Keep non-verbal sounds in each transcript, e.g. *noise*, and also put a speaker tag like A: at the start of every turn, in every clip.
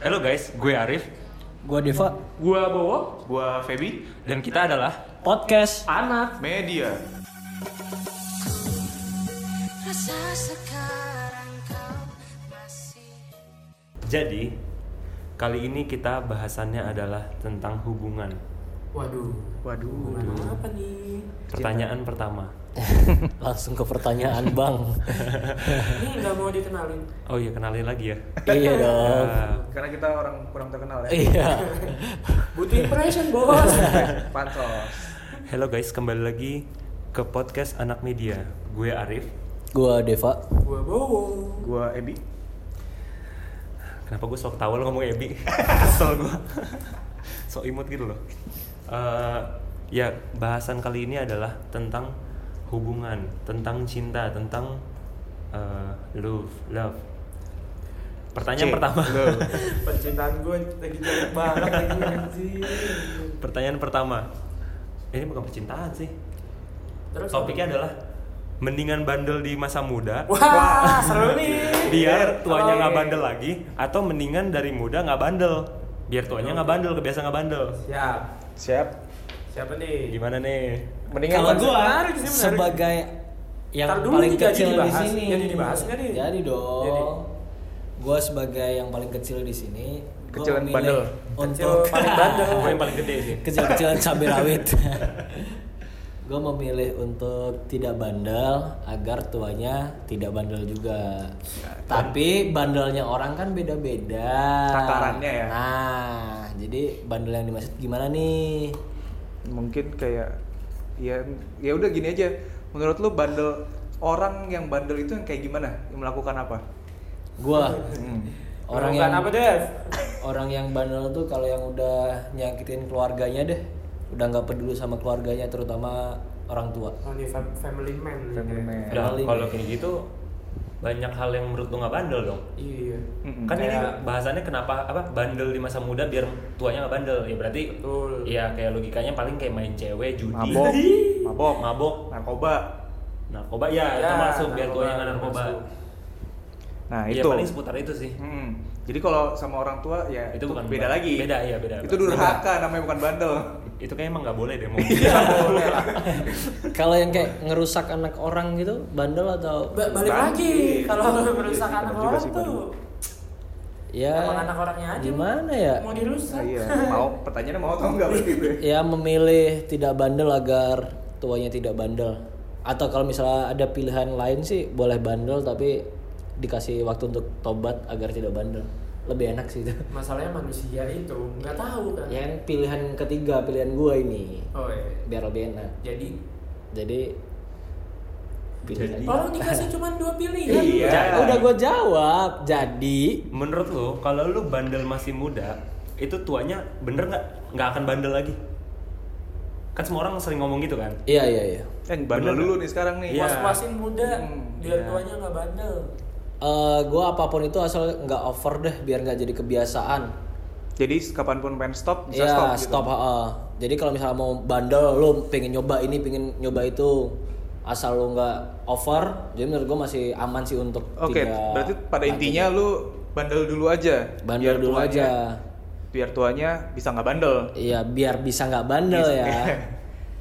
A: Halo guys, gue Arif,
B: Gua Deva,
C: Gua Bowo,
D: Gua Feby,
A: dan kita adalah
B: podcast
C: anak.
D: media.
E: Rasa sekarang kau masih
A: Jadi, kali ini kita bahasannya adalah tentang hubungan
C: Waduh,
D: Waduh.
C: apa nih?
A: Pertanyaan pertama
B: langsung ke pertanyaan bang. *laughs*
C: Ini nggak mau dikenalin.
A: Oh iya, kenalin lagi ya
B: iya dong.
A: Ah,
D: Karena kita orang kurang terkenal ya.
B: Iya.
C: Butuh impression bos.
D: Iya. Pansos.
A: Halo guys, kembali lagi ke podcast Anak Media Gue Arif
B: Gua Deva.
C: Gua Bowo.
D: Gua Ebi.
A: Kenapa gue sok tawa lo ngomong Ebi? *laughs* Kesel gue Sok imut gitu loh Eh, Ya, bahasan kali ini adalah tentang hubungan Tentang cinta, tentang eh, love, love Pertanyaan
D: C.
A: pertama
D: Lo.
C: Percintaan gua lagi jelek banget lagi anjir.
A: *laughs* Pertanyaan pertama. Ini bukan percintaan sih.
C: Terus
A: Topiknya adalah mendingan bandel di masa muda
C: Wah, Ah, seru nih. Oh, iya.
A: biar tuanya
C: Oke.
A: nggak bandel lagi atau mendingan dari muda nggak bandel biar tuanya nggak bandel kebiasaan nggak bandel.
C: Siap.
D: Siap.
C: Siapa nih?
A: Gimana nih?
D: Mendingan
B: Kalau
D: bahas-
B: gua
C: menarik sih, menarik.
B: sebagai yang
C: Ntar dulu
B: paling
C: nih, jadi
B: kecil di
C: dibahas.
B: sini.
C: Jadi dibahas nggak nih?
B: Jadi dong.
C: Jadi.
B: Gua sebagai yang paling kecil di sini. gua
D: Kecil dan
B: memilih
D: bandel.
C: Kecil
B: Untuk *laughs*
C: paling bandel.
A: Gue yang paling gede sih.
B: kecil-kecilan
D: *laughs*
B: cabai rawit. *laughs* Gue memilih untuk tidak bandel agar tuanya tidak bandel juga. Tapi bandelnya orang kan beda-beda.
D: Takarannya ya.
B: Nah, jadi bandel yang dimaksud gimana nih?
D: Mungkin kayak ya ya udah gini aja. Menurut lu bandel orang yang bandel itu yang kayak gimana? Yang melakukan apa?
B: Gua
C: Hmm. Bukan
B: orang yang
C: apa Dev?
B: orang yang bandel tuh kalau yang udah nyakitin keluarganya deh, udah nggak peduli sama keluarganya terutama orang tua.
C: Oh nih fam- family man. nih,
D: Family
C: Dev.
D: man.
A: Udah,
B: Paling.
A: kalau kayak gitu banyak hal yang menurut lu nggak bandel dong.
C: Iya.
D: Mm-mm.
A: Kan ini
C: Kayak-
A: bahasannya kenapa apa bandel di masa muda biar tuanya nggak bandel ya berarti
C: Betul.
A: ya kayak logikanya paling kayak main cewek judi *laughs*
D: Mabok, mabok,
A: mabok
D: narkoba.
A: narkoba ya,
C: Ya,
A: itu masuk biar
C: narkoba,
A: tuanya nggak narkoba
C: masuk.
D: Nah,
A: ya
D: itu.
A: paling seputar itu sih
D: Mm-mm. Hmm. Jadi kalau sama orang tua ya
A: Itu bukan
D: beda
A: bandel.
D: lagi.
A: Beda, iya, beda.
D: Itu durhaka namanya bukan bandel.
A: itu kayak emang nggak boleh deh mau
B: Kalau yang kayak ngerusak anak orang gitu, bandel atau
C: Ba- balik
D: Bandel.
C: lagi kalau *laughs* merusak
D: Bener
C: anak
D: juga
C: orang
D: sih,
C: tuh.
D: bener.
B: ya
C: Emang anak orangnya aja.
B: gimana ya
C: Mau dirusak.
D: Nah, iya, mau pertanyaannya mau atau enggak berarti
A: *laughs*
D: itu ya?
B: ya memilih tidak bandel agar tuanya tidak bandel atau kalau misalnya ada pilihan lain sih boleh bandel tapi dikasih waktu untuk tobat agar tidak bandel lebih enak sih itu
C: Masalahnya manusia itu nggak tahu kan.
B: yang pilihan ketiga pilihan gue ini
C: Oh iya.
B: biar lebih enak
C: Jadi
B: jadi pilihan
A: Jadi-
C: Orang dikasih cuma dua pilihan.
B: *laughs*
D: Iya.
B: Ja- Kan udah gue jawab jadi
A: menurut lo kalau lu bandel masih muda itu tuanya bener nggak nggak akan bandel lagi kan semua orang sering ngomong gitu kan
B: iya iya iya
D: Eh, bandel
A: Bener.
D: dulu nih sekarang nih.
A: Iya.
C: Was-wasin muda,
D: Hmm,
C: biar
A: iya.
C: tuanya nggak bandel.
B: gue Eh, apapun itu asal nggak over deh biar nggak jadi kebiasaan
D: Jadi kapanpun pengen stop bisa
B: Iya,
D: stop
B: stop.
D: gitu.
B: ha-ha. Jadi kalau misalnya mau bandel, lo pengen nyoba ini, pengen nyoba itu, asal lo nggak over, jadi menurut gue masih aman sih untuk
D: Oke,
B: tidak-
D: berarti pada intinya lu bandel dulu aja.
B: bandel
D: Biar ya.
B: dulu
D: tuanya-
B: aja.
D: Biar tuanya bisa nggak bandel.
B: Iya, biar bisa nggak bandel ya.
D: *laughs*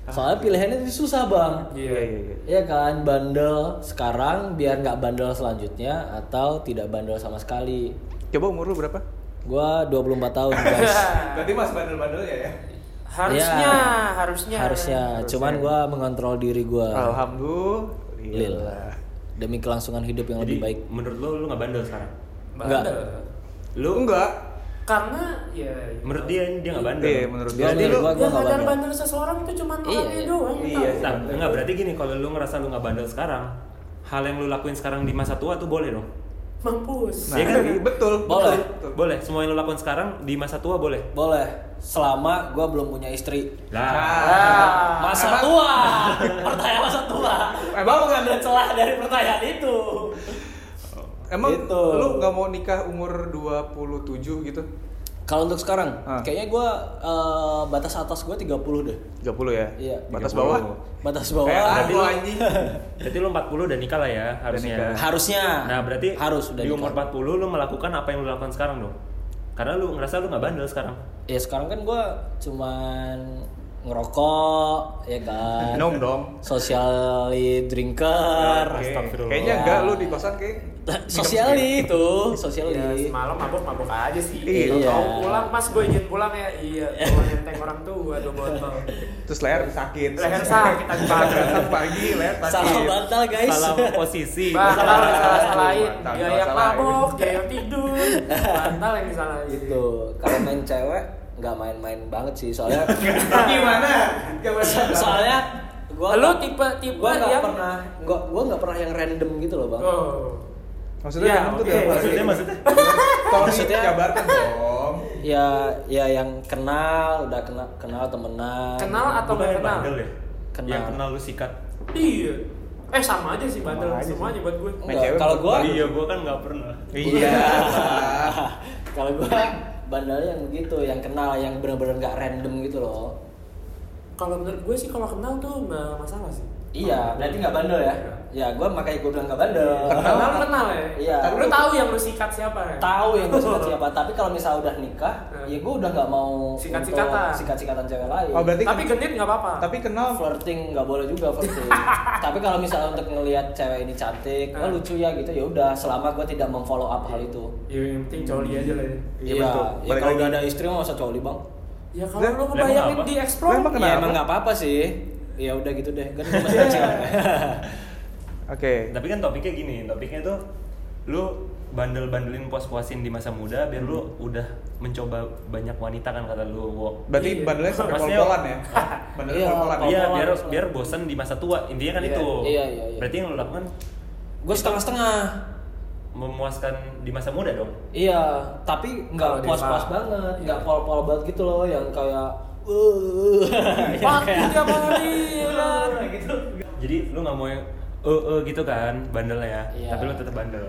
B: Soalnya pilihannya itu susah bang.
D: Iya, iya, iya.
B: Iya kan, bandel sekarang biar nggak bandel selanjutnya atau tidak bandel sama sekali.
D: Coba umur lu berapa?
B: Gua 24
D: *laughs*
B: tahun guys.
D: Berarti mas bandel-bandelnya
B: Eh.
D: ya?
C: Harusnya,
B: Iya.
C: harusnya.
B: Harusnya, cuman gua mengontrol diri
D: Oh,
B: gua.
D: iya. Alhamdulillah.
B: Lila. Demi kelangsungan hidup yang
A: jadi
B: lebih baik.
A: menurut lo lu nggak bandel sekarang
C: Bandel.
D: Lu enggak?
C: Karena ya.
A: menurut dia dia nggak bandel
D: Iya, menurut
B: Gua
D: dia. Jadi
B: menurut
D: lu
B: gua gua
C: Yang
B: nggak
C: kadar
B: bandel.
C: bandel seseorang itu cuma
B: Iya,
C: orangnya
B: iya.
C: doang. yang
D: Iya,
C: tahu.
A: Nah, enggak berarti gini kalau lu ngerasa lu nggak bandel sekarang hal yang lu lakuin sekarang di masa tua tuh boleh dong
C: Mampus.
D: Nah,
A: Iya kan?
D: iya, betul.
B: Boleh.
D: betul, betul.
A: boleh semua yang lu lakuin sekarang di masa tua boleh
B: Boleh, selama gua belum punya istri.
A: lah
D: Ah,
B: Masa tua, *laughs* pertanyaan masa tua.
D: Emang
B: Gua ngambil celah dari pertanyaan itu.
D: emang
B: Gitu.
D: lu nggak mau nikah umur 27 gitu?
B: Kalau untuk sekarang,
D: Ah.
B: kayaknya gua eh, batas atas gua 30 deh.
D: 30 ya?
B: Iya.
D: Batas
A: 30.
D: bawah?
B: Batas
D: Kayak
B: bawah.
D: aku anjing.
A: berarti lu 40 udah nikah lah ya harusnya
D: nikah.
B: Harusnya.
A: Nah berarti
B: harus udah
A: di umur
B: nikah.
A: 40 lu melakukan apa yang lu lakukan sekarang dong? Karena lu ngerasa lu nggak bandel sekarang.
B: ya sekarang kan gue cuman ngerokok ya kan
D: Nom dong.
B: socially drinker
D: Oke.
A: Astagfirullah.
D: Kayaknya enggak lu di kosan kayak
A: Iya.
B: socially itu socially
F: Ya, semalam mabok-mabok aja sih.
D: Iya.
F: Kau pulang, Mas, gue izin pulang ya.
D: *laughs*
F: Iya, gue nenteng orang tua dua botol.
D: terus leher sakit.
F: Leher
D: *laughs*
F: sakit tadi pagi.
D: Tadi pagi leher
B: salah
D: sakit.
B: bantal guys
A: Iya. Salah posisi.
F: Bantal yang salah-salahin,
D: Bantal
F: dia yang
D: salah-salahin.
F: mabok, dia yang tidur, bantal yang disalahin.
B: gitu kalau main cewek nggak main-main banget sih
A: *laughs*
B: soalnya
D: Gimana? Gimana?
B: soalnya gue
F: Lu tipe-tipe
B: gue nggak
F: yang-
B: pernah gue gue nggak pernah yang random gitu loh bang
F: Oh.
D: Maksudnya
F: Ya,
D: random tuh
F: oke.
D: dalam arti-
A: Maksudnya maksudnya
D: Tolong
B: Maksudnya-
D: dikabarkan dong.
B: ya ya yang kenal udah kenal kenal temenan
F: Kenal atau
A: bukan
F: gak
A: yang
F: kenal?
A: bandel ya?
B: Kenal.
A: Yang kenal lu sikat.
F: Iya. Eh sama aja sih
D: Sama
F: bandel
D: aja sih.
F: semuanya buat gue.
D: Main
B: Enggak,
D: cewek
B: kalau
D: bukan
B: gue
A: Iya, gua kan nggak pernah.
D: Iya.
B: *laughs* kalau gue bandelnya yang begitu yang kenal yang benar-benar nggak random gitu loh
F: Kalau menurut gue sih kalau kenal tuh nggak masalah sih.
B: iya berarti nggak bandel ya ya gue makanya gue bilang nggak bandel
F: Kenal kenal ya.
B: Iya.
F: Lu tahu yang lu sikat siapa ya?
B: tahu yang gue suka siapa tapi kalau misalnya udah nikah
F: Hmm.
B: ya gue udah nggak mau
F: Sikat-sikatan.
B: sikat sikatan cewek lain
D: Oh, berarti
F: Tapi Iya. genit nggak apa-apa.
D: tapi kenal
B: flirting nggak boleh juga flirting tapi kalau misalnya untuk ngelihat cewek ini cantik oh,
F: Hmm.
B: lucu ya gitu ya udah selama gue tidak memfollow up hal itu
F: Ya, yang penting coli aja lah. ya.
D: Iya,
B: Iya,
D: betul.
B: ya
D: Balik
B: kalau
D: lagi.
B: udah ada istri mah usah coli bang.
F: Ya kalau
D: Lah,
F: lu
A: lah
F: kebayangin
A: emang apa?
F: di
D: Lah,
F: explore.
D: emang
B: Ya
D: Kenapa?
B: emang nggak apa-apa sih. Ya udah gitu deh, kan
D: *laughs*
B: masih kecil.
D: Oke.
A: Tapi kan topiknya gini, topiknya tuh lu bandel-bandelin puas-puasin di masa muda biar lu udah mencoba banyak wanita kan kata lu. Wo.
D: Berarti
F: Iya.
D: bandelnya sampai
A: Maksudnya-
D: pol-polan
F: *laughs*
D: ya. Bandelnya
B: Iya,
D: pol-polan. ya?
A: Iya,
B: Pol-polan.
A: biar biar bosen di masa tua. Intinya kan
F: Iya.
A: itu.
B: Iya, iya, iya.
A: Berarti yang lu lakukan
D: Gitu.
B: Gue setengah-setengah.
A: memuaskan di masa muda dong.
B: Iya, tapi
F: Kalau
B: nggak
F: dia
B: puas-puas
F: paham.
B: banget,
F: Iya.
B: nggak pol-pol banget gitu loh, yang kayak.
D: *laughs*
B: Uh,
D: Iya,
F: Waktu tiap hari. kan.
A: Jadi lu nggak mau yang eh eh gitu kan bandel ya.
B: Iya.
A: Tapi lu tetap bandel.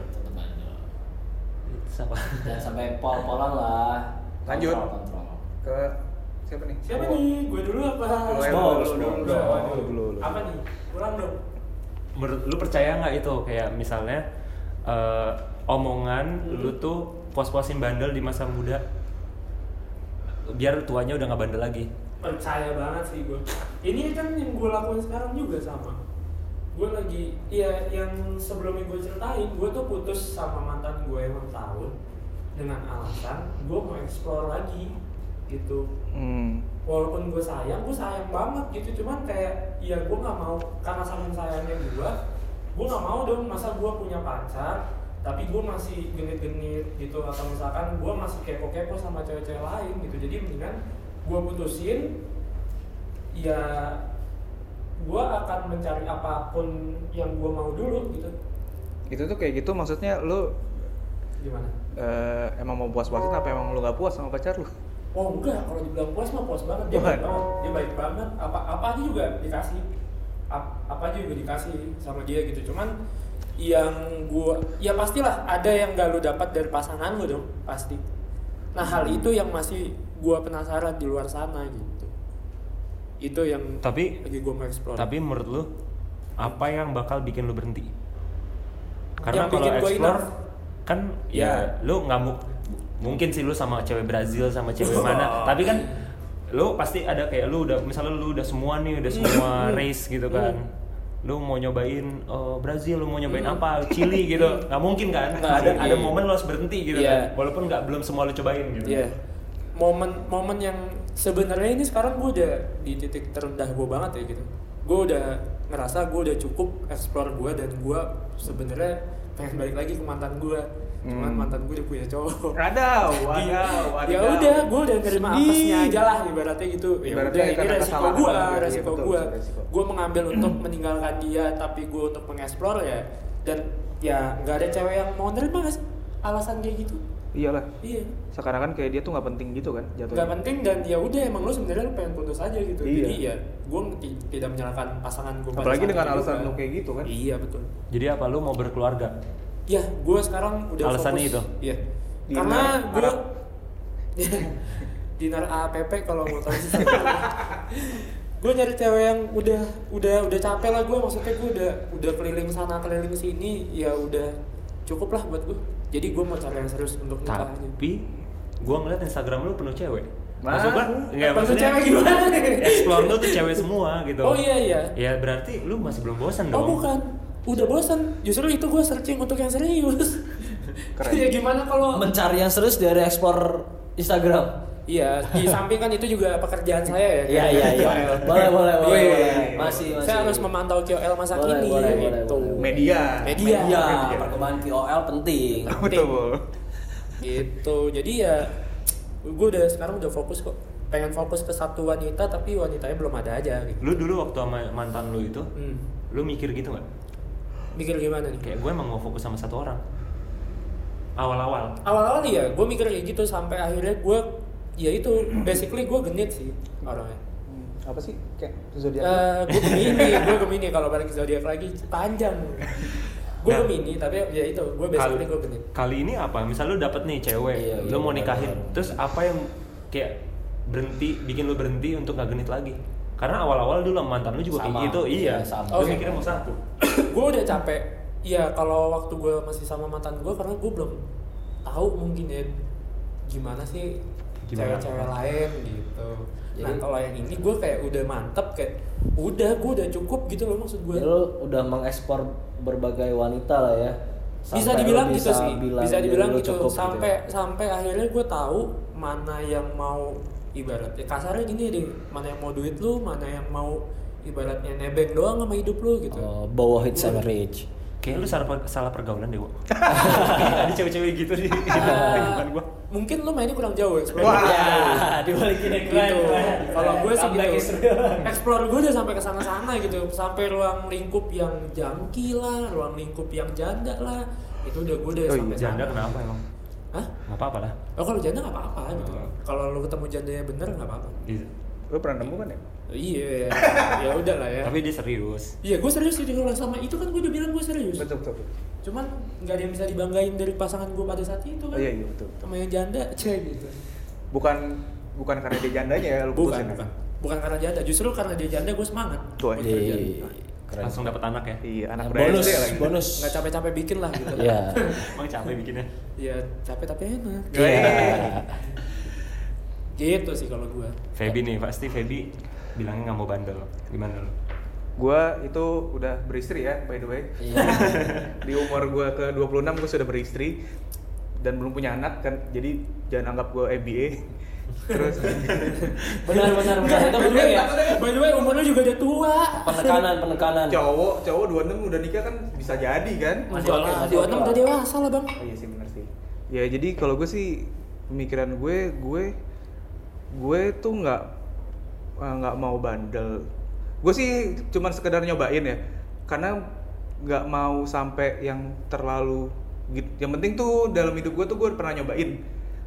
A: Siapa?
B: Dan sampai pol-polan lah.
D: Lanjut.
B: Kontrol, kontrol.
D: Ke siapa nih?
F: Siapa nih? Gue dulu apa?
D: Lu yang
B: Bos,
D: dulu, dulu,
B: bos,
D: dulu,
B: bos.
D: dulu, dulu, dulu.
F: Apa nih? Kurang dong.
A: *laughs* Menurut lu percaya nggak itu kayak misalnya eh, omongan lu tuh puas-puasin bandel di masa muda biar tuanya udah nggak bandel lagi.
F: percaya banget sih gue ini kan yang gue lakuin sekarang juga sama gue lagi ya yang sebelumnya gue ceritain gue tuh putus sama mantan gue enam tahun dengan alasan gue mau explore lagi gitu
D: Hmm.
F: walaupun gue sayang gue sayang banget gitu cuman kayak ya gue nggak mau karena saking sayangnya gue gue nggak mau dong masa gue punya pacar tapi gue masih genit-genit gitu atau misalkan gue masih kepo-kepo sama cewek-cewek lain gitu jadi mendingan gue putusin ya gue akan mencari apapun yang gue mau dulu gitu
D: Itu tuh kayak gitu maksudnya lu
F: gimana
D: eh, emang mau puas-puasin apa emang lu gak puas sama pacar lu?
F: Oh enggak, kalau dibilang puas mah puas banget dia baik
D: Waduh.
F: banget, dia baik banget. Apa apa aja juga dikasih, Ap- apa aja juga dikasih sama dia gitu. Cuman yang gua, ya pastilah ada yang gak lu dapat dari pasangan lu dong, pasti. Nah hal itu yang masih gua penasaran di luar sana gitu. Itu yang
A: Tapi-
F: lagi gua mau explore.
A: Tapi menurut lu apa yang bakal bikin lu berhenti? Karena
F: Yang
A: kalau
F: bikin gua
A: explore
F: enough.
A: kan ya lu nggak mu- mungkin sih lu sama cewek Brazil sama
F: *laughs*
A: cewek mana, tapi kan
F: Iya.
A: lu pasti ada kayak lu udah misalnya lu udah semua nih
F: Mm.
A: udah semua race gitu kan. Lu mau nyobain eh, Brazil, lu mau nyobain apa?
F: *laughs*
A: Chili gitu. nggak mungkin kan?
F: Mm. Nggak
A: ada
F: mungkin.
A: ada momen lu harus berhenti gitu
F: Iya.
A: kan. Walaupun nggak belum semua lu cobain gitu.
F: Iya. Momen momen yang sebenarnya ini sekarang gue udah di titik terendah gue banget ya gitu. Gue udah ngerasa gue udah cukup explore gue dan gue sebenarnya pengen balik lagi ke mantan gue. Cuman
D: Hmm.
F: mantan gue udah punya
D: *laughs*
F: cowok.
D: Ada,
F: ya udah, gue udah nerima apesnya aja lah ibaratnya gitu. Ya
D: Ibaratnya
F: udah,
D: karena
F: ini resiko
D: kesalahan
F: gue,
D: juga, iya,
F: resiko
D: betul,
F: gue.
D: betul, resiko.
F: Gue
D: *clears throat*
F: mengambil untuk meninggalkan dia, tapi gue untuk mengeksplor ya. Dan ya nggak ada cewek yang mau nerima nggak sih alasan kayak gitu.
D: Iyalah.
F: Iya
D: Sekarang kan kayak dia tuh nggak penting gitu kan
F: nggak
D: jatuhnya.
F: penting dan ya udah emang lu sebenarnya lu pengen putus aja gitu
D: Iya.
F: jadi ya gue tidak menyalahkan pasangan gue
D: Apalagi dengan alasan lu kayak gitu kan.
F: iya betul
A: Jadi apa lu mau berkeluarga?
F: ya gue sekarang udah
A: Alasannya
F: fokus
A: itu?
F: iya
D: Dinar
F: karena gue
D: Arab.
F: *laughs* dinar APP kalau mau tahu gue nyari cewek yang udah udah udah capek lah gue maksudnya gue udah udah keliling sana keliling sini ya udah cukup lah buat gue jadi gue mau cari yang serius untuk nikahnya
A: Tapi gua ngeliat Instagram lu penuh cewek
D: Wah.
A: maksud gua nggak
F: Penuh
A: maksudnya
F: cewek gimana?
A: explore lu tuh cewek semua gitu
F: Oh iya iya.
A: ya berarti lu masih belum bosan dong
F: Oh bukan, udah bosan. Justru itu gue searching untuk yang serius.
D: Keren.
F: *laughs* ya gimana kalau
B: mencari yang serius dari ekspor Instagram.
F: Iya, di samping kan itu juga pekerjaan saya ya.
B: Iya iya iya. *laughs* Boleh boleh boleh. boleh.
D: Iya, iya, iya.
B: Masih masih.
F: Saya harus memantau KOL masa
B: Boleh,
F: kini
B: boleh, boleh,
F: gitu.
B: boleh.
D: media
F: Media.
B: Iya, perkembangan KOL penting.
D: betul
F: Gitu. Jadi ya gue udah sekarang udah fokus kok. Pengen fokus ke satu wanita tapi wanitanya belum ada aja gitu.
A: lu dulu waktu sama mantan lu itu
F: Hmm.
A: lu mikir gitu nggak
F: Mikir gimana nih?
A: kayak gue emang mau fokus sama satu orang awal-awal
F: Awal-awal ya, gue mikir kayak gitu sampai akhirnya gue ya itu basically gue genit sih orangnya.
D: Hmm, apa sih kayak zodiak
F: Eh, gue gemini, gue gemini kalau balik ke zodiak lagi panjang. Gue
A: Nah.
F: gemini, tapi ya itu gue
A: kali,
F: basically gue genit.
A: kali ini apa misal lu dapet nih cewek
B: Iya,
A: lu
B: iya,
A: mau
B: benar,
A: nikahin
B: benar.
A: terus apa yang kayak berhenti bikin lu berhenti untuk gak genit lagi karena awal-awal dulu sama mantan lu juga
B: Sama.
A: kayak gitu iya
B: Iya, sama.
A: lu
F: Oke.
A: mikirnya mau satu
F: gue udah capek ya kalau waktu gue masih sama mantan gue karena gue belum tahu mungkin ya gimana sih
A: Gimana?
F: cewek-cewek lain gitu nah
B: Jadi-
F: kalau yang ini gue kayak udah mantep kayak udah gue udah cukup gitu loh maksud gue
B: Ya, lu udah mengekspor berbagai wanita lah ya.
F: bisa
B: Sampai lu
F: dibilang gitu sih
B: bilang
F: bisa
B: diri
F: dibilang
B: lu
F: gitu
B: cukup
F: sampai
B: ya.
F: sampai akhirnya gue tahu mana yang mau ibaratnya kasarnya gini deh mana yang mau duit lu mana yang mau ibaratnya nebeng doang sama hidup lu gitu
B: Oh, bawah hits average.
A: kayak lu salah, salah pergaulan
B: *laughs*
A: deh Wo. Kayak ada cewek-cewek gitu di di depan gua
F: mungkin lu mainnya kurang jauh ya sebenarnya.
D: Wah.
B: Ya, dibalikin yang keren,
F: gitu.
B: keren.
F: Kalau gue sih
B: Comeback is
F: gitu.
B: real.
F: Explore gue udah sampai ke sana-sana gitu, sampai ruang lingkup yang jangki lah, ruang lingkup yang janda lah. Itu udah gue udah
D: Oh,
F: sampai
A: janda
F: sana.
A: kenapa emang
F: Hah?
A: nggak apa-apa lah
F: Oh, kalau janda nggak apa-apa gitu.
D: Oh.
F: Kalau lu ketemu janda yang bener nggak apa-apa.
A: Iya.
D: lu pernah nemu kan ya
F: Iya, ya udah lah ya.
A: tapi dia serius
F: Iya, gue serius sih kalau sama itu kan gue udah bilang gue serius.
D: betul betul, betul.
F: Cuman nggak ada yang bisa dibanggain dari pasangan gue pada saat itu kan.
D: Oh, iya iya betul betul.
F: Sama yang janda, *laughs* cek gitu.
D: bukan bukan karena dia jandanya ya lu
F: Bukan,
D: putusin ya?
F: bukan. Bukan karena janda, justru karena dia janda gue semangat.
D: Tuh,
F: Buat
B: Iya,
F: kerjaan.
B: keren.
A: langsung dapat anak ya
D: iya anak
B: Nah,
D: udah
B: bonus,
D: SD lagi
B: bonus.
F: nggak capek-capek bikin lah gitu *laughs*
B: Iya.
A: emang capek bikinnya
F: ya capek tapi enak
D: Iya.
F: gitu sih kalau gua
A: Feby nih pasti Feby bilangnya nggak mau bandel gimana lu
D: gua itu udah beristri ya by the way
B: Iya.
D: *laughs* di umur gua ke 26 gua sudah beristri dan belum punya anak kan jadi jangan anggap gua ABA terus
B: Benar benar benar. Itu
F: by the
B: benar
F: way,
B: ya.
F: by the way umurnya juga udah tua
B: Penekanan penekanan.
D: cowok cowok 26 udah nikah kan bisa jadi kan
B: Masih
F: Enggak
B: oke,
F: lah,
B: masih
F: 26
B: oke.
F: udah dewasa lah bang
D: Oh iya sih benar sih. Ya jadi kalau gue sih pemikiran gue gue gue tuh nggak eh, nggak mau bandel. Gue sih cuman sekedar nyobain ya. Karena nggak mau sampai yang terlalu gitu. Yang penting tuh dalam hidup gue tuh gue pernah nyobain.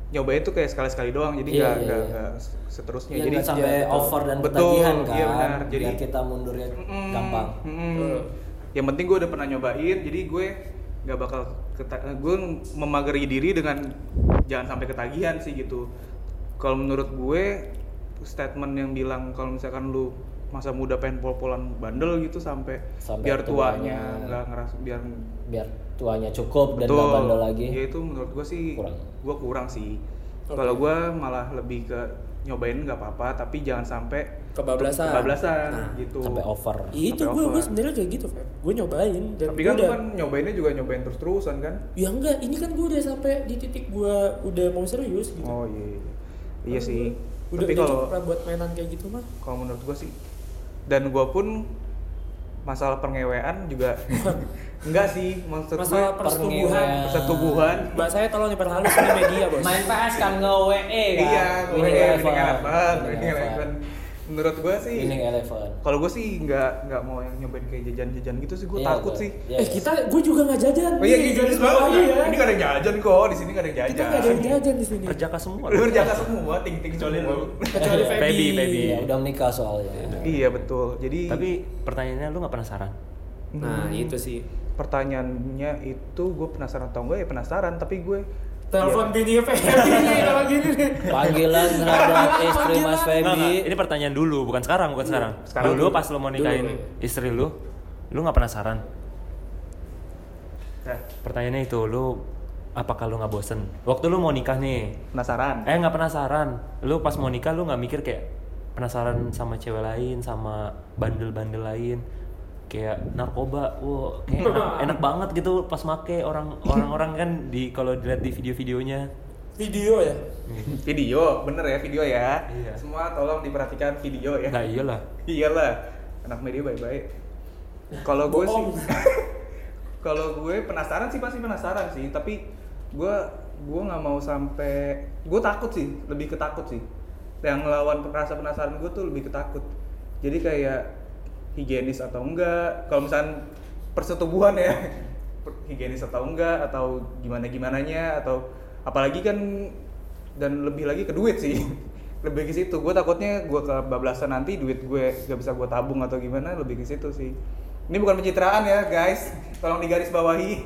D: Nyobain tuh kayak sekali-sekali doang jadi
B: Iya,
D: nggak
B: iya,
D: nggak
B: iya.
D: nggak seterusnya.
B: Ya,
D: jadi
B: nggak sampai
D: iya, betul.
B: over dan
D: betul,
B: ketagihan kan.
D: Iya benar. Jadi Mm.
B: biar kita mundurnya
D: Mm-mm,
B: gampang.
D: mm-mm.
F: Betul.
D: Yang penting gue udah pernah nyobain, jadi gue nggak bakal keta- gue memagari diri dengan jangan sampai ketagihan sih gitu. Kalau menurut gue statement yang bilang kalau misalkan lu masa muda pengen pol-polan bandel gitu sampai,
B: Sampai
D: biar
B: tuanya.
D: tuanya nggak ngeras biar
B: Biar tuanya cukup dan nggak bandel lagi.
D: Ya itu menurut gue sih
B: Kurang.
D: gue kurang sih.
F: Oke.
D: Kalau gue malah lebih ke nyobain nggak apa-apa, tapi jangan sampai
F: Kebablasan.
D: kebablasan,
F: Nah,
D: gitu.
B: Sampai over.
F: itu
D: Sampai
F: gua
D: over.
F: gua sebenarnya kayak gitu Feb gua nyobain dan
D: Tapi
F: gua
D: kan lu
F: udah
D: kan nyobainnya juga nyobain terus-terusan kan?
F: ya enggak ini kan gua udah sampai di titik gua udah mau serius gitu
D: Oh iya. iya. Iya
F: Karena
D: sih.
F: gua udah,
D: Tapi
F: udah
D: kalau
F: cukup buat mainan kayak gitu mah
D: kalau menurut gua sih dan gua pun masalah pengewean *laughs* juga enggak sih maksud gue
F: masalah persetubuhan
B: perngewean.
D: persetubuhan
F: mbak saya tolong diperhalus ini
B: *laughs*
F: media Iya, bos
B: Main PS kan nge-WE kan.
D: iya gue
B: Winning
D: winning
B: eleven.
D: eleven winning
B: Winning
D: eleven
B: eleven.
D: menurut gua sih
B: Winning eleven.
D: kalau gua sih nggak nggak mau yang nyobain kayak jajan-jajan gitu sih gua
B: Iya,
D: takut
B: gua-
D: sih gitu.
B: iya.
F: eh kita gua juga nggak jajan
D: oh iya
F: Nih,
D: ini garis
F: bawah
D: bawah Iya.
F: ya.
D: ini nggak ada yang jajan kok di sini nggak ada yang
F: kita
D: jajan
F: nggak ada yang jajan di sini
A: perjaka
B: *laughs*
A: semua
D: lu berjaga semua ting ting
A: Kecuali
D: semua.
A: lu.
F: kecuali
B: Iya,
F: Feby.
A: Feby.
B: Iya, udah menikah soalnya.
D: iya betul jadi
A: tapi pertanyaannya lu nggak penasaran
F: nah
D: Hmm.
F: itu sih
D: pertanyaannya itu gue penasaran atau enggak ya penasaran tapi gue
F: telepon bini Feby nih kalau gini nih
B: Panggilan
A: *laughs*
B: terhadap istri Mas
A: Nggak,
B: Feby. Iya.
A: nggak. ini pertanyaan dulu bukan sekarang bukan sekarang,
D: Sekarang
A: dulu
D: dulu.
A: pas lu mau nikahin
F: Dulu.
A: istri lu lu nggak penasaran
D: nah,
A: Eh. pertanyaannya itu lu apakah lu nggak bosen waktu lu mau nikah nih
D: penasaran
A: eh nggak penasaran lu pas mau nikah lu nggak mikir kayak penasaran sama cewek lain sama bandel-bandel lain kayak narkoba wow kayak
D: *laughs*
A: enak, enak banget gitu pas make orang orang-orang kan di kalau dilihat di video-videonya
C: video ya
D: video bener ya video ya
A: Iya.
D: semua tolong diperhatikan video ya
A: nah iyalah
D: *laughs* iyalah anak media baik-baik kalau gue sih *laughs* kalau gue penasaran sih pasti penasaran sih tapi gue gue nggak mau sampai gue takut sih lebih ketakut sih yang lawan rasa penasaran gue tuh lebih ketakut jadi kayak higienis atau enggak kalau misalnya persetubuhan ya *laughs* per- higienis atau enggak atau gimana gimananya atau apalagi kan dan lebih lagi ke duit sih *laughs* lebih ke situ gue takutnya gue kebablasan nanti duit gue gak bisa gue tabung atau gimana lebih ke situ sih ini bukan pencitraan ya guys tolong digaris bawahi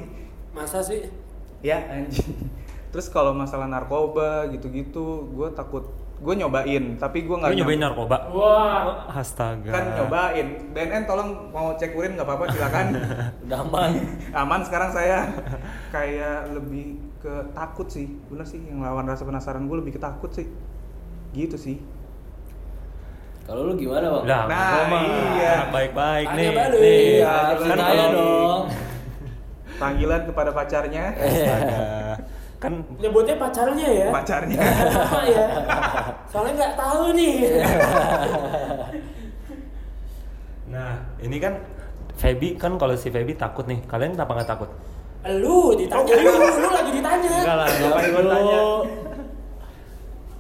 C: masa sih
D: *laughs* ya anjing terus kalau masalah narkoba gitu-gitu gue takut gue nyobain tapi gue nggak
A: lu nyobain
D: nyob-
A: narkoba
C: wah
A: astaga
D: kan nyobain BNN tolong mau cek urin nggak apa-apa
A: *laughs*
D: silakan
B: Udah aman.
D: *laughs* aman sekarang saya kayak lebih ke takut sih bener sih yang lawan rasa penasaran gue lebih ke takut sih gitu sih
B: Kalau lu gimana, Bang?
A: Lah,
D: Nah,
A: gua mah
D: iya.
A: anak baik-baik
C: Tanya
A: nih.
C: balik.
A: nih.
D: Iya,
A: kan
D: tanya
A: kalau
B: dong.
D: panggilan kepada pacarnya
B: Eh.
A: Astaga. kan
C: nyebutnya pacarnya ya
D: *laughs* pacarnya
C: Apa ya soalnya nggak tahu nih
A: nah, ini kan Feby kan kalau si Feby takut nih. Kalian kenapa nggak takut?
C: lu ditanya lu lu lagi ditanya
A: Enggak lah, ngapain gua
B: Lu-
A: tanya.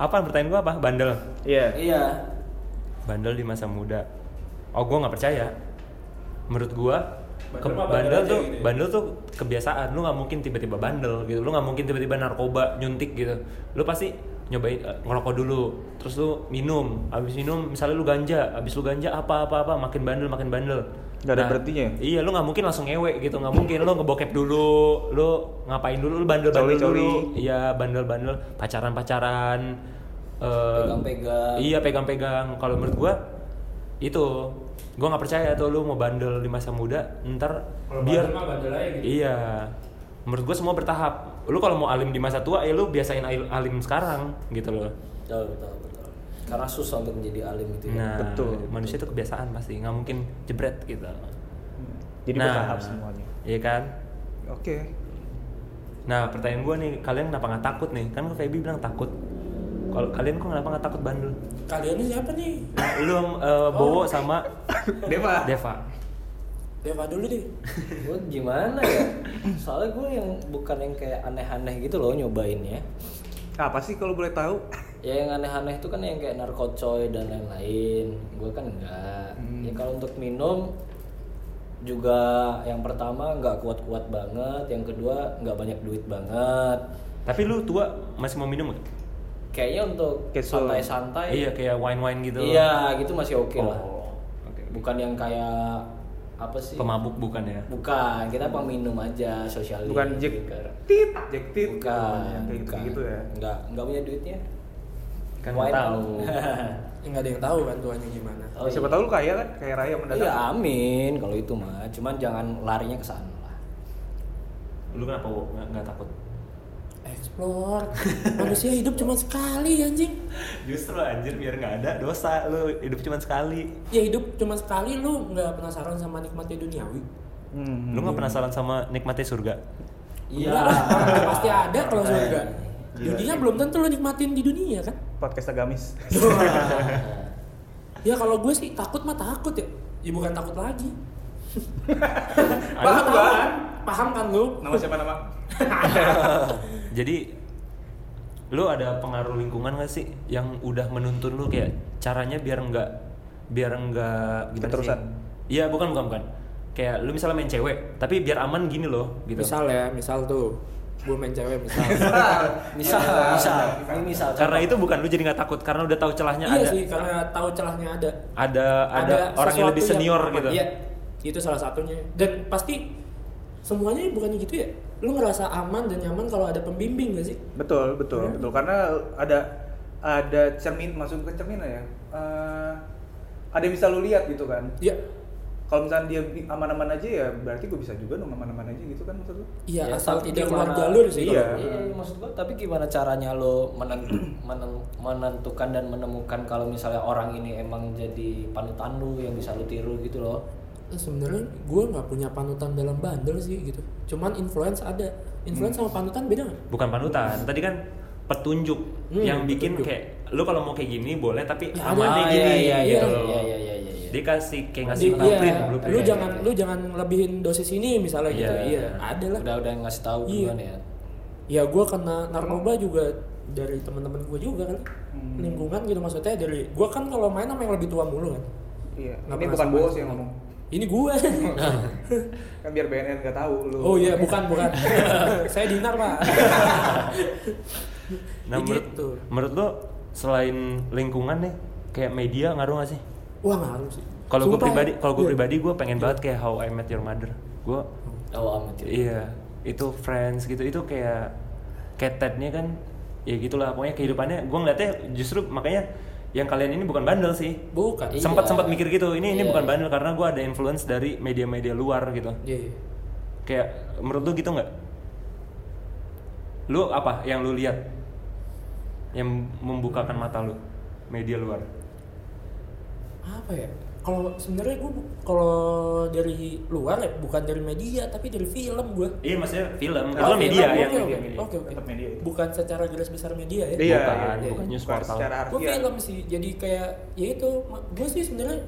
A: Apa pertanyaan gua apa? Bandel.
D: iya
B: Iya.
A: Bandel di masa muda. Oh, gua nggak percaya. Menurut gua ke-
C: Bandel
A: bandel,
C: mah bandel aja
A: tuh
C: gitu ya.
A: bandel tuh kebiasaan lu nggak mungkin tiba-tiba bandel gitu lu nggak mungkin tiba-tiba narkoba nyuntik gitu lu pasti nyobain eh, ngerokok dulu terus lu minum abis minum misalnya lu ganja abis lu ganja apa apa apa makin bandel makin bandel
D: Nggak ada berhentinya ya?
A: iya lu nggak mungkin langsung ngewe gitu nggak mungkin lu ngebokep dulu lu ngapain dulu lu bandel bandel
D: Coli-coli.
A: dulu iya bandel bandel pacaran pacaran
B: Pegang-pegang.
A: iya pegang-pegang kalau menurut gua itu gua nggak percaya tuh lu mau bandel di masa muda ntar
C: Kalau
A: biar
C: bandel mah bandel aja gitu.
A: iya menurut gua semua bertahap lu kalau mau alim di masa tua ya lu biasain al- alim sekarang gitu loh
B: Betul, betul, betul. Karena susah untuk menjadi alim gitu ya.
A: nah
D: Betul.
A: manusia itu kebiasaan pasti nggak mungkin jebret gitu
D: jadi
A: Nah,
D: bertahap semuanya
A: iya kan
D: oke
A: nah pertanyaan gua nih kalian kenapa nggak takut nih kan Feby bilang takut kalau kalian kok kenapa nggak takut bandel
C: kalian ini siapa nih
A: Nah, lu eh, Bowo sama
D: Deva
A: Deva
C: Deva dulu deh
B: gue gimana ya? Soalnya gue yang bukan yang kayak aneh-aneh gitu loh nyobainnya.
D: Ah, apa sih kalau boleh tahu
B: Ya yang aneh-aneh itu kan yang kayak narkocoy dan lain-lain. Gue kan enggak.
D: Hmm.
B: Ya kalau untuk minum juga yang pertama nggak kuat-kuat banget, yang kedua nggak banyak duit banget.
A: Tapi lu tua masih mau minum gak?
B: Kayaknya untuk
D: Casual.
B: santai-santai.
A: Iya kayak wine-wine gitu.
B: Ah, Iya, gitu masih oke lah.
A: Oh, oke.
B: Bukan yang kayak apa sih?
A: Pemabuk bukan ya?
B: Bukan, kita peminum aja sosial.
D: bukan Jack
B: drinker.
D: Tit Jack Tit
B: Iya, Bukan,
D: kayak gitu,
B: bukan.
D: gitu ya
B: Enggak, enggak punya duitnya. Iya,
A: Kan
B: Wine.
A: tahu. *laughs*
C: Ya, nggak ada yang tahu kan tuanya gimana
B: Oh,
D: siapa
B: iya.
D: tahu lu kaya kan kayak raya mendadak
B: Iya, amin kalau itu mah. Cuman jangan larinya ke sana lah.
A: Lu kenapa Wo? nggak nggak takut?
C: explore manusia hidup cuma sekali anjing
A: Justru anjir biar nggak ada dosa lu hidup cuma sekali.
C: ya hidup cuma sekali lu nggak penasaran sama nikmatnya duniawi
D: Hmm.
A: Lu nggak penasaran sama nikmatnya surga?
B: Iya.
F: *laughs*
C: Enggak lah, orang pasti ada kalau
A: Iya.
B: Makanya.
C: surga.
D: Gila.
C: Dunia belum tentu lo nikmatin di dunia kan?
D: podcast agamis
C: Ya kalau gue sih takut mah takut ya. Ya bukan takut
A: *laughs*
C: lagi.
D: Paham
C: Lu
D: kan?
C: Paham kan lu?
A: Nah,
D: nama siapa nama
A: Ah. Jadi lu ada pengaruh lingkungan gak sih yang udah menuntun lu kayak caranya biar nggak biar nggak gimana
D: Keterusan.
A: sih? Iya bukan bukan bukan. Kayak lu misalnya main cewek, tapi biar aman gini loh gitu.
C: Misal ya, misal tuh gue main cewek misal.
A: *laughs*
B: Misal, misal. Ini misal.
A: Karena itu bukan lu jadi nggak takut karena udah tahu celahnya
C: iya
A: ada.
C: sih karena tahu celahnya ada.
A: ada ada, orang yang
C: sesuatu
A: lebih senior
C: aman.
A: gitu.
C: Iya, itu salah satunya. Dan pasti semuanya bukannya gitu ya. Lu ngerasa aman dan nyaman kalau ada pembimbing gak sih?
D: betul betul
B: Iya.
D: betul karena ada ada cermin masuk ke cermin ya Eh, ada yang bisa lu lihat gitu kan
C: Iya.
D: kalau misalnya dia bi- aman-aman aja ya berarti gue bisa juga dong aman-aman aja gitu kan maksud lu?
F: Iya,
B: Ya,
F: asal
B: tapi
F: tidak
B: gimana-
F: keluar jalur sih.
D: Iya.
B: Iya, maksud gua tapi gimana caranya lo menen- *clears throat* menen- menentukan dan menemukan kalau misalnya orang ini emang jadi panutan lu yang bisa lu tiru gitu loh.
F: Eh, Sebenarnya gue nggak punya panutan dalam bandel sih gitu. Cuman influence ada. Influence
A: Hmm.
F: sama panutan beda nggak?
A: bukan panutan tadi kan petunjuk
F: Hmm,
A: yang bikin
F: petunjuk.
A: kayak lu kalau mau kayak gini boleh tapi
F: Ya,
A: amannya
F: ah,
A: gini
B: iya, iya,
A: gitu
F: iya,
A: loh
B: iya, iya, iya, iya, iya.
A: dia kasih kayak ngasih
F: Di-
A: blueprint
F: iya,
A: blueprint. ya.
F: lu
B: Iya,
F: jangan
B: iya.
F: lu jangan lebihin dosis ini misalnya gitu.
A: Iya.
F: Iya, ada lah.
B: Udah udah ngasih tahu
F: Iya.
B: duluan ya.
F: Ya gue kena narkoba juga dari teman-teman gue juga kan.
A: Hmm.
F: Lingkungan gitu maksudnya dari gue kan kalau main sama yang lebih tua mulu kan.
D: Iya.
F: Nggak
D: Ini bukan
F: pernah sama
D: Bowo
F: sama.
D: sih yang ngomong.
F: Ini
A: *laughs*
F: gue.
D: Kan biar BNN nggak tahu lu.
F: oh iya, bukan bukan. *laughs* Saya dinar
A: *laughs*
F: pak.
A: nah
F: Ya
A: menurut
F: gitu.
A: menurut lo selain lingkungan nih kayak media ngaruh gak sih
F: Wah ngaruh sih.
A: kalau gue
F: Sumpah.
A: pribadi kalau gue
F: Iya.
A: pribadi gue pengen banget kayak How I Met Your Mother gue
B: Oh, amat ya.
A: iya itu Friends gitu itu kayak kayak Ted-nya kan ya gitulah pokoknya kehidupannya gue ngeliatnya justru makanya yang kalian ini bukan bandel sih
F: Bukan.
B: Iya.
A: sempat sempat mikir gitu ini ini
B: Iya.
A: bukan bandel karena gue ada influence dari media-media luar gitu
F: Iya. iya.
A: kayak menurut lu gitu nggak lu apa yang lu lihat yang membukakan mata lu media luar
F: Apa ya? Kalau sebenarnya gue kalau dari luar ya bukan dari media tapi dari film gue.
A: iya maksudnya film
D: Oh,
A: kalau media ya
F: oke, oke,
A: media,
F: oke,
A: media.
F: gitu. Oke oke.
D: Tetap media itu.
F: Bukan secara garis besar media
D: Iya,
F: ya.
A: bukan
D: iya,
A: bukan
F: iya.
A: news
D: Bukan
A: portal
D: secara
F: gue
D: harfiah.
F: film sih jadi kayak ya itu gue sih sebenarnya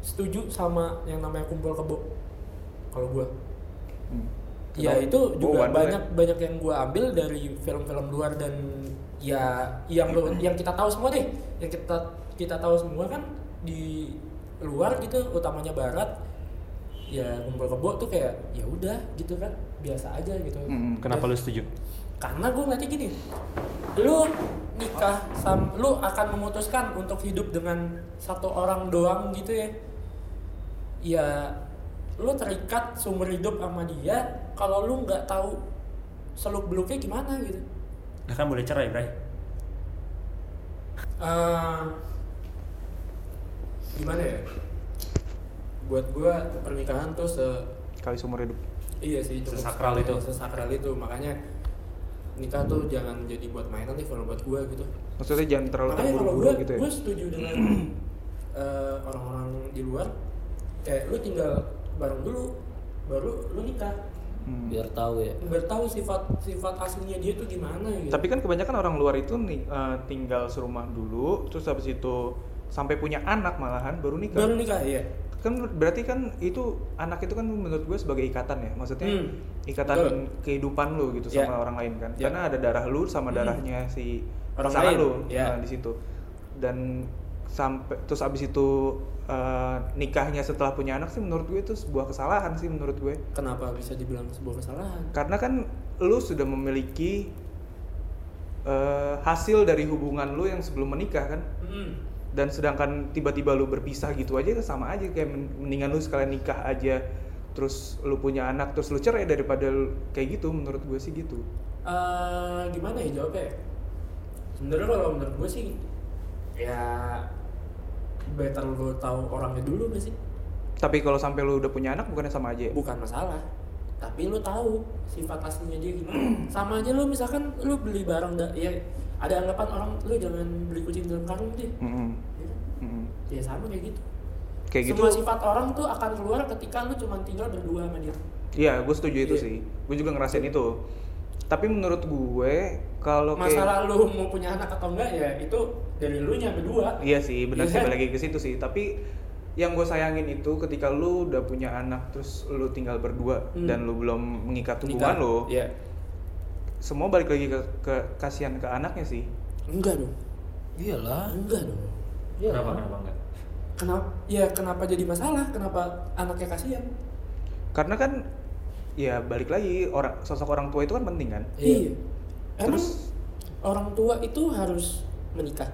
F: setuju sama yang namanya kumpul kebo kalau gue
D: Hmm.
F: ya
D: Kenapa?
F: itu
D: Bowen,
F: juga banyak banyak yang gue ambil dari film-film luar dan ya yang lo-
D: Hmm.
F: yang kita tahu semua deh yang kita kita tahu semua kan di luar gitu utamanya barat ya kumpul kebo tuh kayak ya udah gitu kan biasa aja gitu
D: Hmm,
A: kenapa lu setuju
F: karena gue ngeliatnya gini lu nikah sam lu akan memutuskan untuk hidup dengan satu orang doang gitu ya ya lu terikat sumber hidup sama dia kalau lu nggak tahu seluk beluknya gimana gitu
A: Nah kan boleh cerai, Bray.
F: Eh, gimana ya buat gue pernikahan tuh se
D: Kali seumur hidup.
F: Iya sih cukup
A: Sesakral
F: sekali,
A: itu.
F: sesakral itu makanya nikah tuh jangan jadi buat mainan nih kalau buat gua gitu.
D: Maksudnya jangan terlalu
F: makanya kalau
D: terburu-buru
F: gua
D: gitu ya.
F: gua setuju dengan *clears throat* eh, orang-orang di luar kayak lu tinggal bareng dulu baru lu nikah
D: Hmm.
B: Biar tahu ya.
F: biar tahu sifat sifat aslinya dia tuh gimana gitu.
D: Tapi kan kebanyakan orang luar itu nih, eh, tinggal serumah dulu, terus habis itu sampai punya anak malahan baru nikah.
F: baru nikah ya.
D: kan berarti kan itu anak itu kan menurut gue sebagai ikatan ya maksudnya
F: Hmm.
D: ikatan
F: Betul.
D: kehidupan lu gitu
F: Ya.
D: sama orang lain kan
F: Ya. Hmm.
D: karena ada darah lu sama darahnya si
F: Orang
D: pasangan
F: lain,
D: lu
F: ya.
D: nah, di situ dan sampai terus abis itu eh, nikahnya setelah punya anak sih menurut gue itu sebuah kesalahan sih menurut gue
F: Kenapa bisa dibilang sebuah kesalahan?
D: karena kan lu sudah memiliki eh, hasil dari hubungan lu yang sebelum menikah kan
F: Hmm.
D: dan sedangkan tiba-tiba lu berpisah gitu aja itu sama aja kayak men- mendingan lu sekalian nikah aja terus lu punya anak terus lu cerai daripada lu- kayak gitu menurut gue sih gitu
F: Eh, gimana ya jawabnya? Sebenarnya kalau menurut gue sih ya better lo tahu orangnya dulu gak sih?
D: tapi kalau sampai lu udah punya anak bukannya sama aja ya?
F: Bukan masalah. Tapi lo tahu sifat aslinya dia gimana. *clears throat* Sama aja lo misalkan lo beli barang da- ya ada anggapan orang lo jangan beli kucing dalam karung deh.
D: Mm-mm.
F: Ya, kan?
D: Mm-mm.
F: ya sama kayak gitu.
D: kayak gitu
F: Semua sifat orang tuh akan keluar ketika lo cuma tinggal berdua sama dia.
D: iya gue setuju itu
F: Iya.
D: sih gue juga ngerasain itu tapi menurut gue kalau kayak-
F: Masalah lo mau punya anak atau enggak ya itu dari lo nya berdua.
D: Iya sih, benar
F: Iya
D: sih
F: kan?
D: balik lagi ke situ sih. Tapi yang gue sayangin itu ketika lu udah punya anak terus lu tinggal berdua
F: Hmm.
D: dan lu belum mengikat hubungan
F: Nikah.
D: lu,
F: Iya.
D: semua balik lagi ke, ke kasihan ke anaknya sih.
F: Enggak dong.
B: Iyalah.
F: Enggak dong.
B: Iya.
A: Kenapa kenapa enggak?
F: Kenapa? Ya kenapa jadi masalah? Kenapa anaknya kasihan?
D: Karena kan ya balik lagi orang sosok orang tua itu kan penting kan.
F: Iya. Emang
D: Terus-
F: orang tua itu harus menikah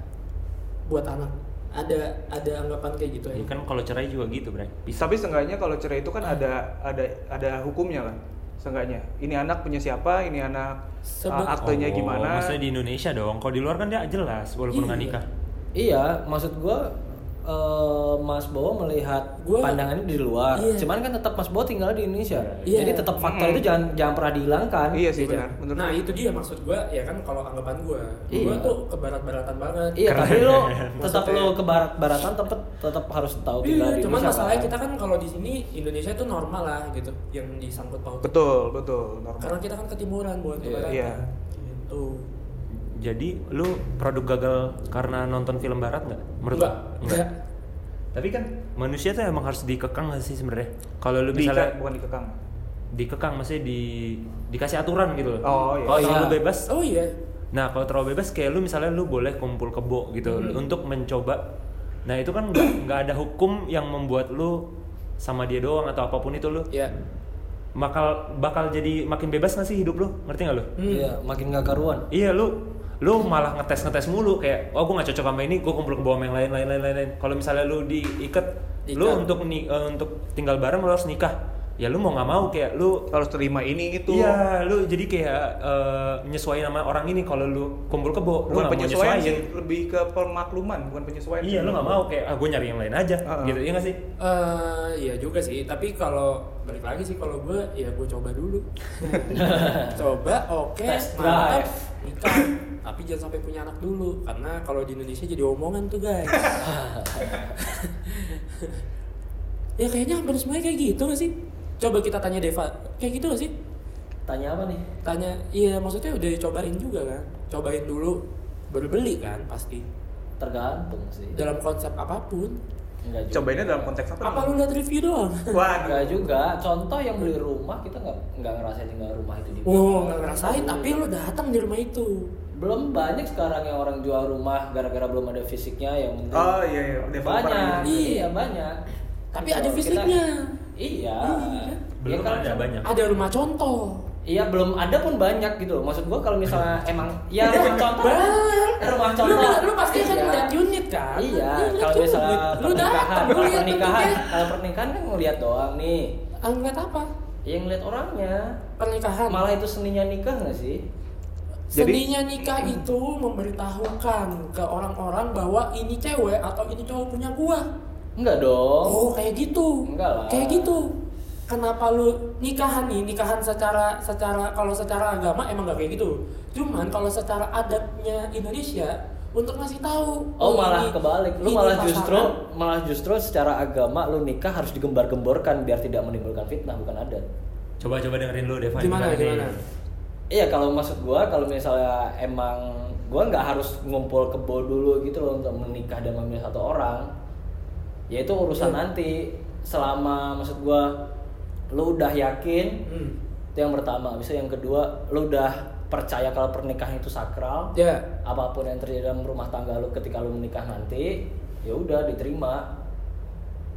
F: buat anak. Ada ada anggapan kayak gitu ya?
A: Ya kan kalau cerai juga gitu, Bray. Bisa
D: Tapi seenggaknya kalau cerai itu kan ada ada ada hukumnya kan. Seenggaknya ini anak punya siapa, ini anak
F: Sebe-
D: uh, aktenya
A: Oh,
D: gimana.
A: Maksudnya di Indonesia dong. Kalau di luar kan dia jelas walaupun nggak
F: Iya.
A: nikah.
B: Iya, maksud gua eh, Mas Bowo melihat
F: Gua-
B: pandangannya dari luar.
F: Iya.
B: Cuman kan tetap Mas Bowo tinggal di Indonesia.
F: Iya.
B: Jadi tetap faktor itu jangan jangan pernah dihilangkan.
D: Iya sih
F: Iya,
D: benar.
F: Jan.
D: Menurut
F: Nah itu dia maksud gua ya kan kalau anggapan gua,
B: Iya.
F: gua tuh kebarat-baratan banget.
B: Iya, tapi lo tetap
D: *laughs* Maksudnya-
B: lo ke barat-baratan tetap tetap harus tahu tinggal
F: Iya,
B: di
F: cuman
B: Indonesia.
F: masalahnya kita
B: kan.
F: kan kalau di sini Indonesia itu normal lah gitu, yang disangkut pautin.
D: betul, betul, normal.
F: Karena kita kan ketimuran buat
B: Iya.
F: kebaratan.
D: Iya.
F: Gitu.
A: Jadi lu produk gagal karena nonton film barat nggak? Menurut
F: Enggak,
A: lu?
F: enggak.
D: Tapi kan
A: Manusia tuh emang harus dikekang nggak sih sebenarnya? Kalau lu
D: bisa
A: misalnya
D: bukan dikekang.
A: dikekang maksudnya di dikasih aturan gitu loh.
D: Oh, iya.
A: Kalau
B: Iya.
A: terlalu bebas,
F: Oh iya,
A: nah kalau terlalu bebas kayak lu misalnya lu boleh kumpul kebo gitu untuk mencoba. Nah itu kan nggak nggak ada hukum yang membuat lu sama dia doang atau apapun itu lu
F: iya.
A: bakal bakal jadi makin bebas nggak sih hidup lu? Ngerti nggak lu?
D: hmm.
B: Iya, makin gak karuan.
A: Iya lu lu malah ngetes ngetes mulu kayak oh gue nggak cocok sama ini gue kumpul ke bawah sama yang lain lain lain lain, lain. kalau misalnya lu diikat lu
F: Diikat.
A: untuk ni- eh, untuk tinggal bareng lu harus nikah ya lu mau nggak mau kayak lu
D: Harus terima ini gitu. itu.
A: iya lu jadi kayak eh, menyesuaikan sama orang ini kalau lu kumpul kebo lu nggak
D: Bukan
A: mau
D: penyesuaian
A: nyesuaiin.
D: sih, lebih ke pemakluman, bukan penyesuaian.
A: iya lu nggak mau kayak ah gue nyari yang lain aja
D: Heeh.
A: gitu iya nggak sih
F: Eh, iya juga sih, tapi kalau balik lagi sih kalau gue ya gue coba
B: *laughs*
F: dulu. coba, oke,
B: Test
F: mantap,
B: drive.
F: nikah. tapi jangan sampai punya anak dulu, karena kalau di Indonesia jadi omongan tuh
B: *laughs*
F: guys. ya kayaknya hampir semuanya kayak gitu gak sih? Coba kita tanya Deva, kayak gitu gak sih?
B: Tanya apa nih?
F: Tanya, iya maksudnya udah cobain juga kan? Cobain dulu, baru beli kan pasti.
B: Tergantung sih.
F: Dalam konsep apapun.
B: Enggak juga.
D: Cobainnya dalam konteks apa?
F: Apa lu lihat review doang?
D: Waduh.
B: Enggak juga. Contoh yang beli rumah kita nggak nggak ngerasain tinggal rumah itu di.
D: Oh.
F: Wow, Oh, nggak ngerasain, tapi lu datang di rumah itu.
B: belum banyak sekarang yang orang jual rumah gara-gara belum ada fisiknya yang penting
D: Oh iya iya, developer
B: banyak
D: gitu.
F: gitu.
B: iya banyak Kalau
F: Tapi ada
B: kita-
F: fisiknya.
B: iya
F: Iya.
A: belum
B: kalau
A: ada
B: misal-
A: banyak
F: Ada rumah contoh.
B: iya belum ada pun banyak gitu loh maksud gua kalau
F: *laughs*
B: misalnya emang ya
F: Iya,
B: rumah contoh
F: banyak.
B: rumah
F: Lu,
B: contoh
F: lu, lu pasti kan
B: Iya.
F: ngeliat unit kan?
B: iya
F: Lu ngeliat
B: kalau
F: unit.
B: misalnya
F: lu
B: pernikahan
F: datang, lu
B: kalau
F: lihat
B: pernikahan
F: bentuknya.
B: kalau pernikahan kan ngeliat doang nih
F: Ah, ngeliat apa?
B: yang ngeliat orangnya
F: Pernikahan.
B: malah itu seninya nikah nggak sih
D: Jadi-
F: Seninya nikah itu memberitahukan ke orang-orang bahwa ini cewek atau ini cowok punya gua.
B: enggak dong
F: Oh, kayak gitu.
B: Enggak lah.
F: Kayak gitu. Kenapa lu nikahan nih? Nikahan secara secara kalau secara agama emang nggak kayak gitu. Cuman kalau secara adatnya Indonesia untuk ngasih tahu.
B: Oh malah
F: ini-
B: kebalik, lu
F: ini
B: malah
F: pasangan.
B: justru malah justru secara agama lu nikah harus digembar-gemborkan biar tidak menimbulkan fitnah bukan adat.
A: coba coba dengerin lu Devan
F: Gimana,
A: nih?
F: gimana?
B: Iya kalau maksud gua kalau misalnya emang gua nggak harus ngumpul kebo dulu gitu loh untuk menikah dan memilih satu orang, ya itu urusan
F: Iya.
B: nanti selama maksud gua lu udah yakin
F: Hmm.
B: itu yang pertama, bisa yang kedua lu udah percaya kalau pernikahan itu sakral,
F: Ya.
B: apapun yang terjadi dalam rumah tangga lu ketika lu menikah nanti ya udah diterima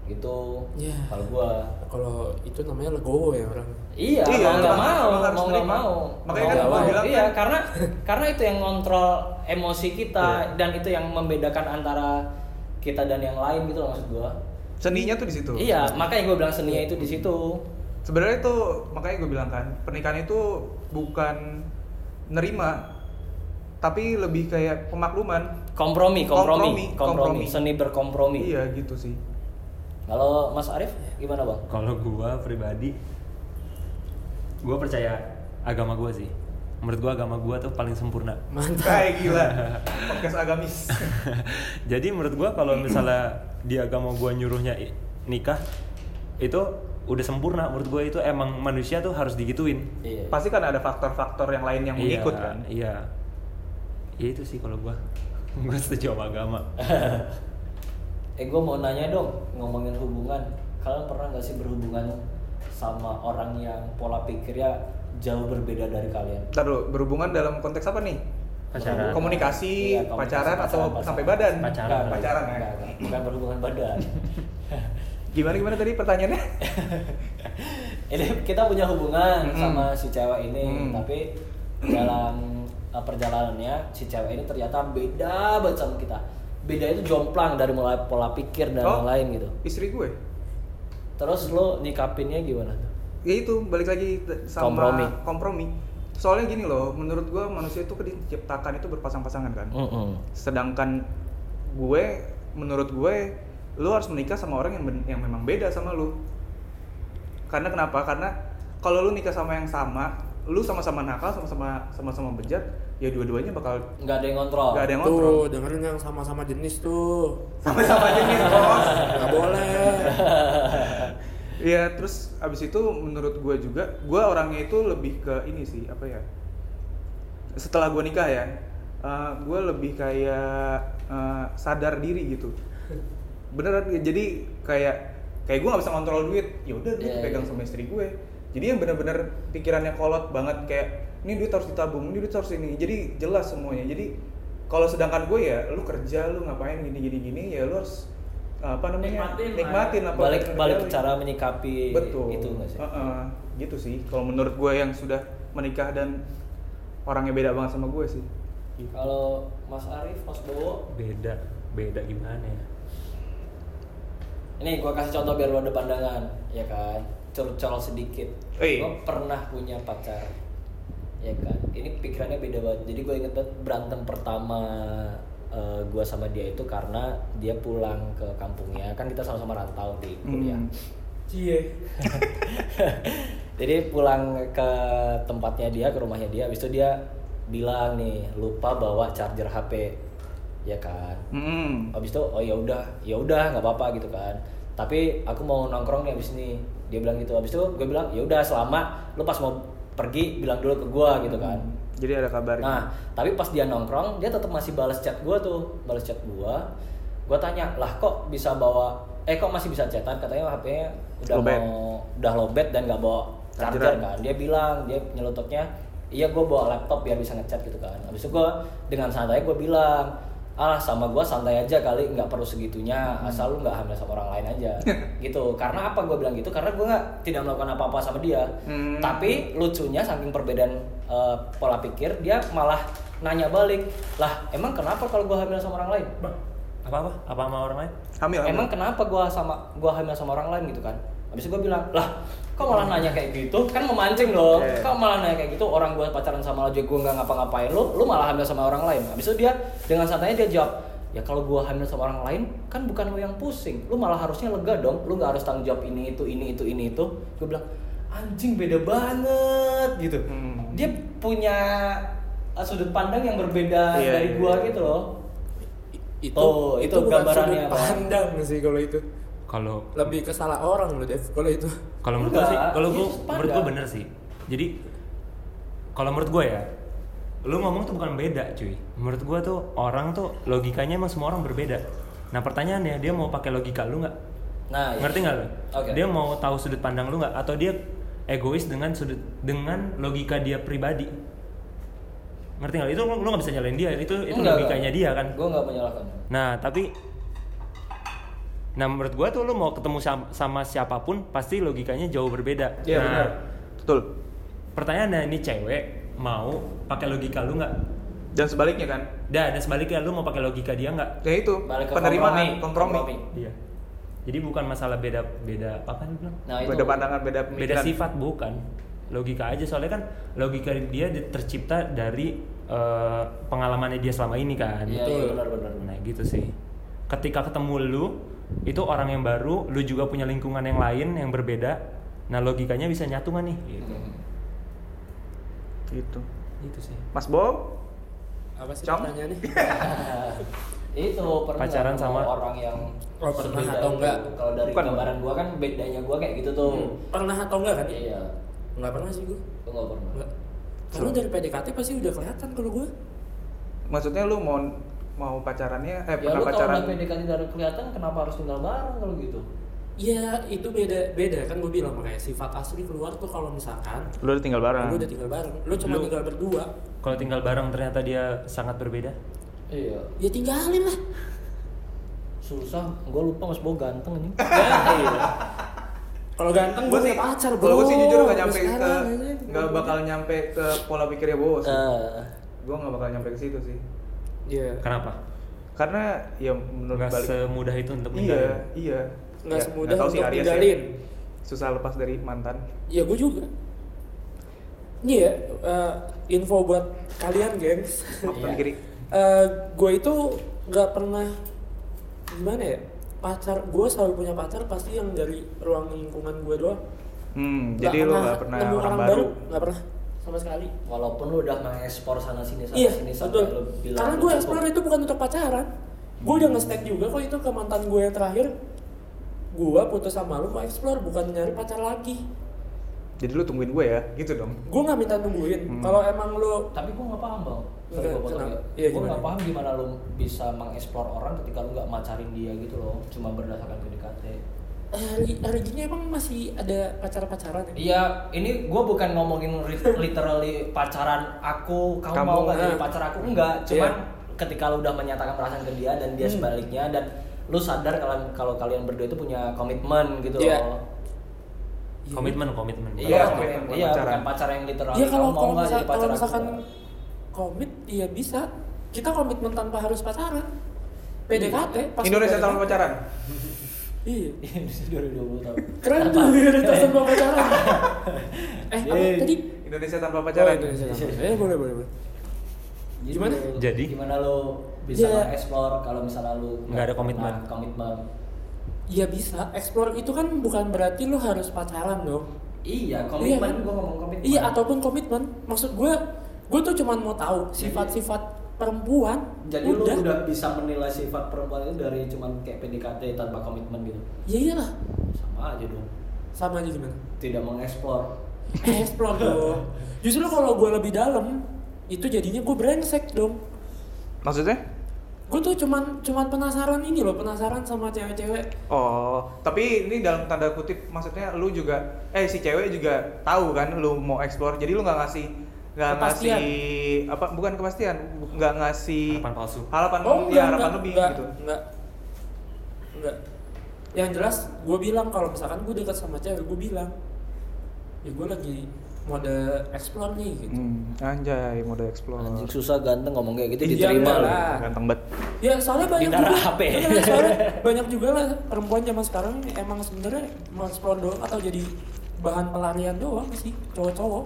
B: gitu
F: Iya.
B: kalau gua
F: Kalau itu namanya legowo ya orang.
B: iya,
D: Iya,
B: mau nggak
D: emang-
B: mau mau
D: emang harus
B: nggak
D: terima.
B: mau Mau
D: Makanya
F: kan
B: nggak
F: gua
B: mau.
D: bilang
B: iya
D: kan-
B: karena karena itu yang ngontrol emosi kita
D: Iya.
B: dan itu yang membedakan antara kita dan yang lain gitu loh maksud gua
D: Seninya tuh di situ.
B: iya makanya gua bilang seninya itu di situ
D: Sebenarnya itu makanya gue bilang kan, pernikahan itu bukan nerima tapi lebih kayak pemakluman.
B: kompromi kompromi
D: Kompromi,
B: kompromi,
D: kompromi.
B: seni berkompromi
D: Iya gitu sih.
B: kalau Mas Arif gimana bang
A: Kalau gua pribadi, gua percaya agama gua sih. Menurut gua agama gua tuh paling sempurna.
F: Mantap.
D: Kayak gila. Podcast agamis.
A: Jadi menurut gua kalau misalnya di agama gua nyuruhnya i- nikah, itu udah sempurna. Menurut gua itu emang manusia tuh harus digituin.
B: iya
D: Pasti kan ada faktor-faktor yang lain yang
A: Iya,
D: mengikut kan.
A: Iya. Ya itu sih kalau gua. *laughs* Gua setuju sama agama.
B: Eh gue mau nanya dong ngomongin hubungan. Kalian pernah nggak sih berhubungan sama orang yang pola pikirnya jauh berbeda dari kalian?
D: Ntar dulu, berhubungan dalam konteks apa nih?
A: Pacaran.
D: Komunikasi,
B: Iya, komunikasi,
D: pacaran, atau
B: pacaran.
D: sampai badan?
A: Pacaran.
D: Nggak, pacaran ya.
B: Nggak, nggak. Bukan berhubungan
D: *laughs*
B: badan.
D: Gimana gimana tadi pertanyaannya?
B: Ini kita punya hubungan
D: Mm-mm.
B: sama si cewek ini,
D: Mm.
B: tapi dalam eh, perjalanannya si cewek ini ternyata beda banget sama kita. Beda itu jomplang dari mulai pola pikir dan
D: Oh.
B: lain-lain gitu.
D: Istri gue.
B: Terus lo nyikapinnya gimana? tuh?
D: ya itu balik lagi t- sama
B: Kompromi.
D: kompromi. Soalnya gini loh, menurut gua manusia itu
B: Hmm.
D: diciptakan itu berpasang-pasangan kan. Sedangkan gue menurut gue lu harus menikah sama orang yang ben- yang memang beda sama lu karena kenapa karena kalau lu nikah sama yang sama lu sama-sama nakal sama-sama sama-sama bejat ya dua-duanya bakal
B: nggak ada yang kontrol
D: nggak ada yang
F: tuh
D: ngontrol
F: dengerin yang sama-sama jenis tuh
D: sama-sama
F: *laughs*
D: jenis bos
F: nggak boleh
D: Iya, terus abis itu menurut gue juga, gue orangnya itu lebih ke ini sih, apa ya? Setelah gue nikah ya, gue lebih kayak eh, sadar diri gitu. Beneran, jadi kayak kayak gue nggak bisa ngontrol duit, ya udah gue
B: Iya,
D: pegang
B: iya.
D: sama istri gue. Jadi yang bener-bener pikirannya kolot banget kayak ini duit harus ditabung, ini duit harus ini. Jadi jelas semuanya. Jadi kalau sedangkan gue ya, lu kerja, lu ngapain gini gini gini, ya lu harus apa
C: Nikmatin
D: namanya
C: lah ya.
D: nikmatin apa
B: balik
D: yang
B: balik ke
D: terjadi.
B: cara menyikapi
D: Betul.
B: itu nggak sih
D: Heeh, gitu sih. Kalau menurut gue yang sudah menikah dan orangnya beda banget sama gue sih. Gitu.
B: kalau Mas Arif Mas Bowo
A: beda beda gimana ya
B: ini gua kasih contoh biar lu ada pandangan ya kan curcol sedikit
D: Eh.
B: gua pernah punya pacar ya kan ini pikirannya beda banget jadi gua inget banget berantem pertama eh, gua sama dia itu karena dia pulang ke kampungnya kan kita sama-sama rantau di kuliah *laughs*
D: Hmm.
C: Cie.
B: Jadi pulang ke tempatnya dia, ke rumahnya dia, habis itu dia bilang nih lupa bawa charger HP, ya kan.
D: Mm-mm.
B: Habis itu oh ya udah, ya udah nggak apa-apa gitu kan. Tapi aku mau nongkrong nih habis ini. Dia bilang gitu. Habis itu gue bilang ya udah selama lu pas mau pergi bilang dulu ke gua gitu kan.
D: Jadi ada kabar.
B: Nah, tapi pas dia nongkrong, dia tetap masih balas chat gua tuh, balas chat gua. Gua tanya, "Lah kok bisa bawa eh kok masih bisa chatan?" Katanya HP-nya udah
D: Lobet.
B: mau udah lobet dan nggak bawa charger
D: Chargeran.
B: kan. Dia bilang, dia nyelototnya, "Iya, gua bawa laptop biar bisa ngechat gitu kan." Habis itu gua dengan santai gua bilang, "Alah, sama gua santai aja kali, nggak perlu segitunya, asal lu nggak hamil sama orang lain aja." gitu. Karena apa gua bilang gitu? Karena gua nggak tidak melakukan apa-apa sama dia.
D: Hmm.
B: Tapi tapi lucunya saking perbedaan eh, pola pikir dia malah nanya balik lah emang kenapa kalau gua hamil sama orang lain
A: apa apa apa sama orang lain
D: Hamil. hamil.
B: emang kenapa gua sama gua hamil sama orang lain gitu kan habis itu gua bilang lah kok malah nanya kayak gitu kan memancing loh
D: Oke.
B: kok malah nanya kayak gitu orang gua pacaran sama lo juga gua nggak ngapa-ngapain lo lu malah hamil sama orang lain habis itu dia dengan santainya dia jawab ya kalau gua hamil sama orang lain kan bukan lo yang pusing lu malah harusnya lega dong lu nggak harus tanggung jawab ini itu ini itu ini itu gua bilang anjing beda banget gitu
D: Hmm.
B: dia punya uh, sudut pandang yang berbeda
D: Iya,
B: dari
D: iya,
B: gua
D: iya.
B: gitu loh.
F: itu
B: Tuh, Oh, itu
F: itu, bukan
B: gambarannya,
F: sudut
B: Bang.
F: pandang sih kalau itu
A: kalau
F: lebih ke salah orang loh Dev kalau itu
A: kalau menurut gue sih
B: Enggak,
A: kalau gue
B: itu sepadan.
A: menurut gue bener sih jadi kalau menurut gue ya lu ngomong tuh bukan beda cuy menurut gue tuh orang tuh logikanya emang semua orang berbeda nah pertanyaannya dia mau pakai logika lu nggak
B: Nah, iya.
A: ngerti nggak lu
B: Oke.
A: dia mau tahu sudut pandang lu nggak atau dia egois dengan sudut dengan logika dia pribadi ngerti nggak itu lu lu nggak bisa nyalain dia itu itu
B: Enggak,
A: logikanya
B: enggak.
A: dia kan
B: Gua nggak menyalahkan.
A: Nah, tapi Nah, menurut gua tuh lu mau ketemu sam- sama siapapun pasti logikanya jauh berbeda.
D: Iya
A: nah,
D: benar. Betul.
A: pertanyaannya ini cewek mau pakai logika lu nggak?
D: Dan sebaliknya kan.
A: Dah, dan sebaliknya lu mau pakai logika dia nggak?
D: Ya itu
B: Balik ke
D: penerimaan kompromi.
B: kompromi. kompromi.
A: Dia. Jadi bukan masalah beda beda apa kan bilang?
B: Nah, itu
D: Beda pandangan, beda
A: Beda
D: pemikiran.
A: sifat bukan. Logika aja soalnya kan logika dia di- tercipta dari eh, pengalamannya dia selama ini kan.
B: Iya, iya, benar benar. benar.
A: Nah gitu sih. Ketika ketemu lu, itu orang yang baru, lu juga punya lingkungan yang lain yang berbeda. Nah logikanya bisa nyatu nggak nih? Gitu.
D: Gitu.
A: Gitu sih.
D: Mas Bob,
F: apa sih
D: Cong?
F: pertanyaannya
B: itu pernah
A: Pacaran
B: nggak
A: sama-
B: orang yang
F: Oh, pernah
B: sebeda
F: atau
B: itu?
F: enggak?
B: Kalau dari
D: Bukan. Hmm.
B: gambaran gua kan bedanya gua kayak gitu tuh.
D: Oh.
F: pernah atau enggak kan
B: Iya, iya.
F: nggak pernah sih gue
B: Gua nggak pernah.
F: Enggak. Karena dari PDKT pasti udah kelihatan kalau gue.
D: maksudnya lu mau mau pacarannya eh
B: Ya
D: pernah
B: lu kalau
D: pacaran
B: udah PDKT dari kelihatan kenapa harus tinggal bareng kalau gitu?
F: Ya itu beda beda kan gue bilang makanya sifat asli keluar tuh kalau misalkan
D: lu udah tinggal bareng
F: lu udah tinggal bareng, lu cuma
A: Lu-
F: tinggal berdua,
A: Kalau tinggal bareng ternyata dia sangat berbeda.
B: Iya.
F: ya tinggalin lah.
B: Susah, gua lupa Mas Bowo ganteng
D: *laughs*
B: anjing.
D: Eh,
F: Kalau ganteng gue
D: Gua
F: punya pacar bro.
D: kalau gue sih jujur gak nyampe
F: Sampai
D: ke
F: sekarang, anjing.
D: nggak bakal nyampe ke pola pikirnya bos
B: Eh,
D: gue nggak bakal nyampe ke situ sih
F: Iya.
A: Kenapa?
D: karena ya menurut
A: Nggak
D: balik
A: semudah itu untuk
D: iya
A: ninggalin.
D: iya
F: Nggak
D: Ya,
F: semudah
D: nggak tahu sih
F: untuk
D: Aries ya.
F: ninggalin.
D: susah lepas dari mantan
F: Ya gue juga. Iya, eh, info buat kalian gengs. *laughs*
D: Maaf, tangan kiri
F: Eh, gue itu nggak pernah gimana ya pacar gue selalu punya pacar pasti yang dari ruang lingkungan gue doang
D: Hmm, jadi lo nggak pernah
F: nemu
D: orang, baru.
F: nggak pernah sama sekali
B: Walaupun lu udah mengekspor sana sini sana
F: iya
B: sini
F: betul
B: lu bilang
F: karena
B: lu
F: gue
B: cukup.
F: explore itu bukan untuk pacaran gue udah nge-stack juga kok itu ke mantan gue yang terakhir gue putus sama lu mau explore bukan nyari pacar lagi
D: Jadi lo tungguin gue ya, gitu dong.
F: gue nggak minta nungguin
D: Hmm.
F: kalau emang lu
B: Tapi gue nggak paham bang. Sorry
F: Enggak,
B: gue potong
F: kenapa?
B: ya.
F: Iya,
B: gue
F: gimana?
B: nggak paham gimana lu bisa mengeksplor orang ketika lu nggak macarin dia gitu loh. Cuma berdasarkan PDKT.
F: hari hari gini eh, emang masih ada pacar pacaran ya?
B: Iya, ini gue bukan ngomongin
F: *laughs*
B: ri- literally pacaran aku, kamu,
D: Kamu,
B: mau nggak jadi
F: ah.
B: pacar aku? Enggak, cuman
F: Iya.
B: ketika lu udah menyatakan perasaan ke dia dan dia
F: Hmm.
B: sebaliknya dan lu sadar kalian kalau kalian berdua itu punya komitmen gitu
F: Iya.
B: loh.
F: Iya.
A: komitmen komitmen
B: Iya,
D: Bukan
B: komitmen,
D: komitmen,
B: iya,
D: bukan pacaran.
B: bukan pacar yang literal.
F: Iya kalau
B: Kamu
F: kalau
B: nggak
F: misal,
B: jadi
F: kalau
B: pacar aku? *laughs*
F: misalkan komit, iya bisa. Kita komitmen tanpa harus pacaran.
B: Iya.
F: PDKT. pas
D: Indonesia
F: PDKT.
D: tanpa pacaran.
F: Iya.
B: Indonesia 2020 tahun.
F: Keren tuh Indonesia
B: Iya.
F: tanpa
B: *laughs*
F: pacaran. eh apa
B: Yeay.
F: tadi?
D: Indonesia tanpa pacaran.
F: Oh, Indonesia tanpa- Eh boleh boleh boleh.
B: Jadi
F: Gimana?
B: lu-
A: Jadi?
B: Gimana lo bisa
F: Iya.
B: explore kalau misalnya lu
A: Nggak ada
B: pernah
A: komitmen.
F: Nah,
B: Komitmen.
F: Iya bisa. Explore itu kan bukan berarti lo harus pacaran dong.
B: Iya,
F: Iya
B: komitmen
F: kan?
B: gua ngomong komitmen.
F: Iya ataupun komitmen. Maksud gue, gue tuh cuman mau tahu
B: Jadi-
F: sifat-sifat perempuan.
B: jadi lu udah bisa menilai sifat perempuan itu dari cuman kayak PDKT tanpa komitmen gitu.
F: Ya iyalah.
B: Sama aja dong.
F: Sama aja gimana?
B: Tidak mengeksplor.
F: Eh, explore dong. Justru kalau gue lebih dalam, itu jadinya gue brengsek dong.
D: Maksudnya?
F: Gue tuh cuman cuman penasaran ini loh, penasaran sama cewek-cewek.
D: Oh, tapi ini dalam tanda kutip maksudnya lu juga eh si cewek juga tahu kan lu mau explore. Jadi lu nggak ngasih nggak
F: Kepastian.
D: ngasih apa bukan kepastian, bu- nggak ngasih
A: Harapan palsu.
D: Harapan, ya,
F: Oh, enggak,
D: harapan
F: enggak,
D: lebih
F: enggak,
D: gitu.
F: Enggak. Enggak. Yang jelas gue bilang kalau misalkan gue dekat sama cewek, gue bilang ya gue lagi mode explore nih gitu.
D: Hmm, anjay, mode
F: Hmm.
D: explore.
B: susah ganteng ngomong kayak
F: gitu, diterima lu.
D: Ah. Ganteng banget.
F: Ya soalnya banyak
B: Ditaruh
F: juga,
B: HP.
F: *laughs* Iya, soalnya banyak juga lah perempuan zaman sekarang emang sebenarnya mau explore doang atau jadi bahan pelarian doang sih cowok-cowok.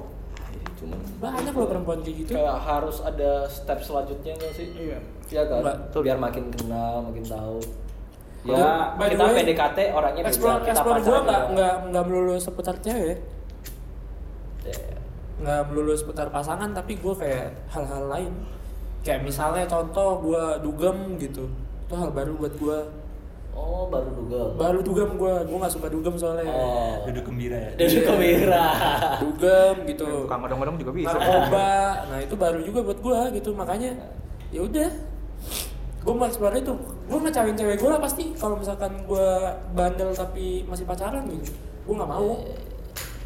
B: Cuman
F: Banyak loh perempuan kayak gitu.
B: kayak harus ada step selanjutnya nggak sih?
D: Iya.
B: Iya kan?
F: Mbak.
B: Biar makin kenal, makin tahu.
F: Oh,
B: Ya,
F: by the
B: kita
F: way,
B: PDKT orangnya beda,
F: Explore,
B: kita
F: explore gue
B: pacaran ya.
F: nggak
B: juga.
F: nggak nggak melulu seputar cewek,
B: Ya, ya.
F: nggak melulu seputar pasangan, tapi gue kayak hal-hal lain. Kayak misalnya contoh gue dugem gitu, itu hal baru buat gue.
B: Oh, baru Google.
F: Baru dugem gue, gue nggak suka dugem soalnya.
B: Oh.
A: duduk gembira ya
B: Dari kamera.
F: Dugem gitu.
D: Tukang odong-odong juga bisa.
F: narkoba nah itu baru juga buat gua gitu makanya ya udah gua mau explore itu gua ngecawin cewek gua lah pasti kalau misalkan gua bandel tapi masih pacaran gitu gua nggak mau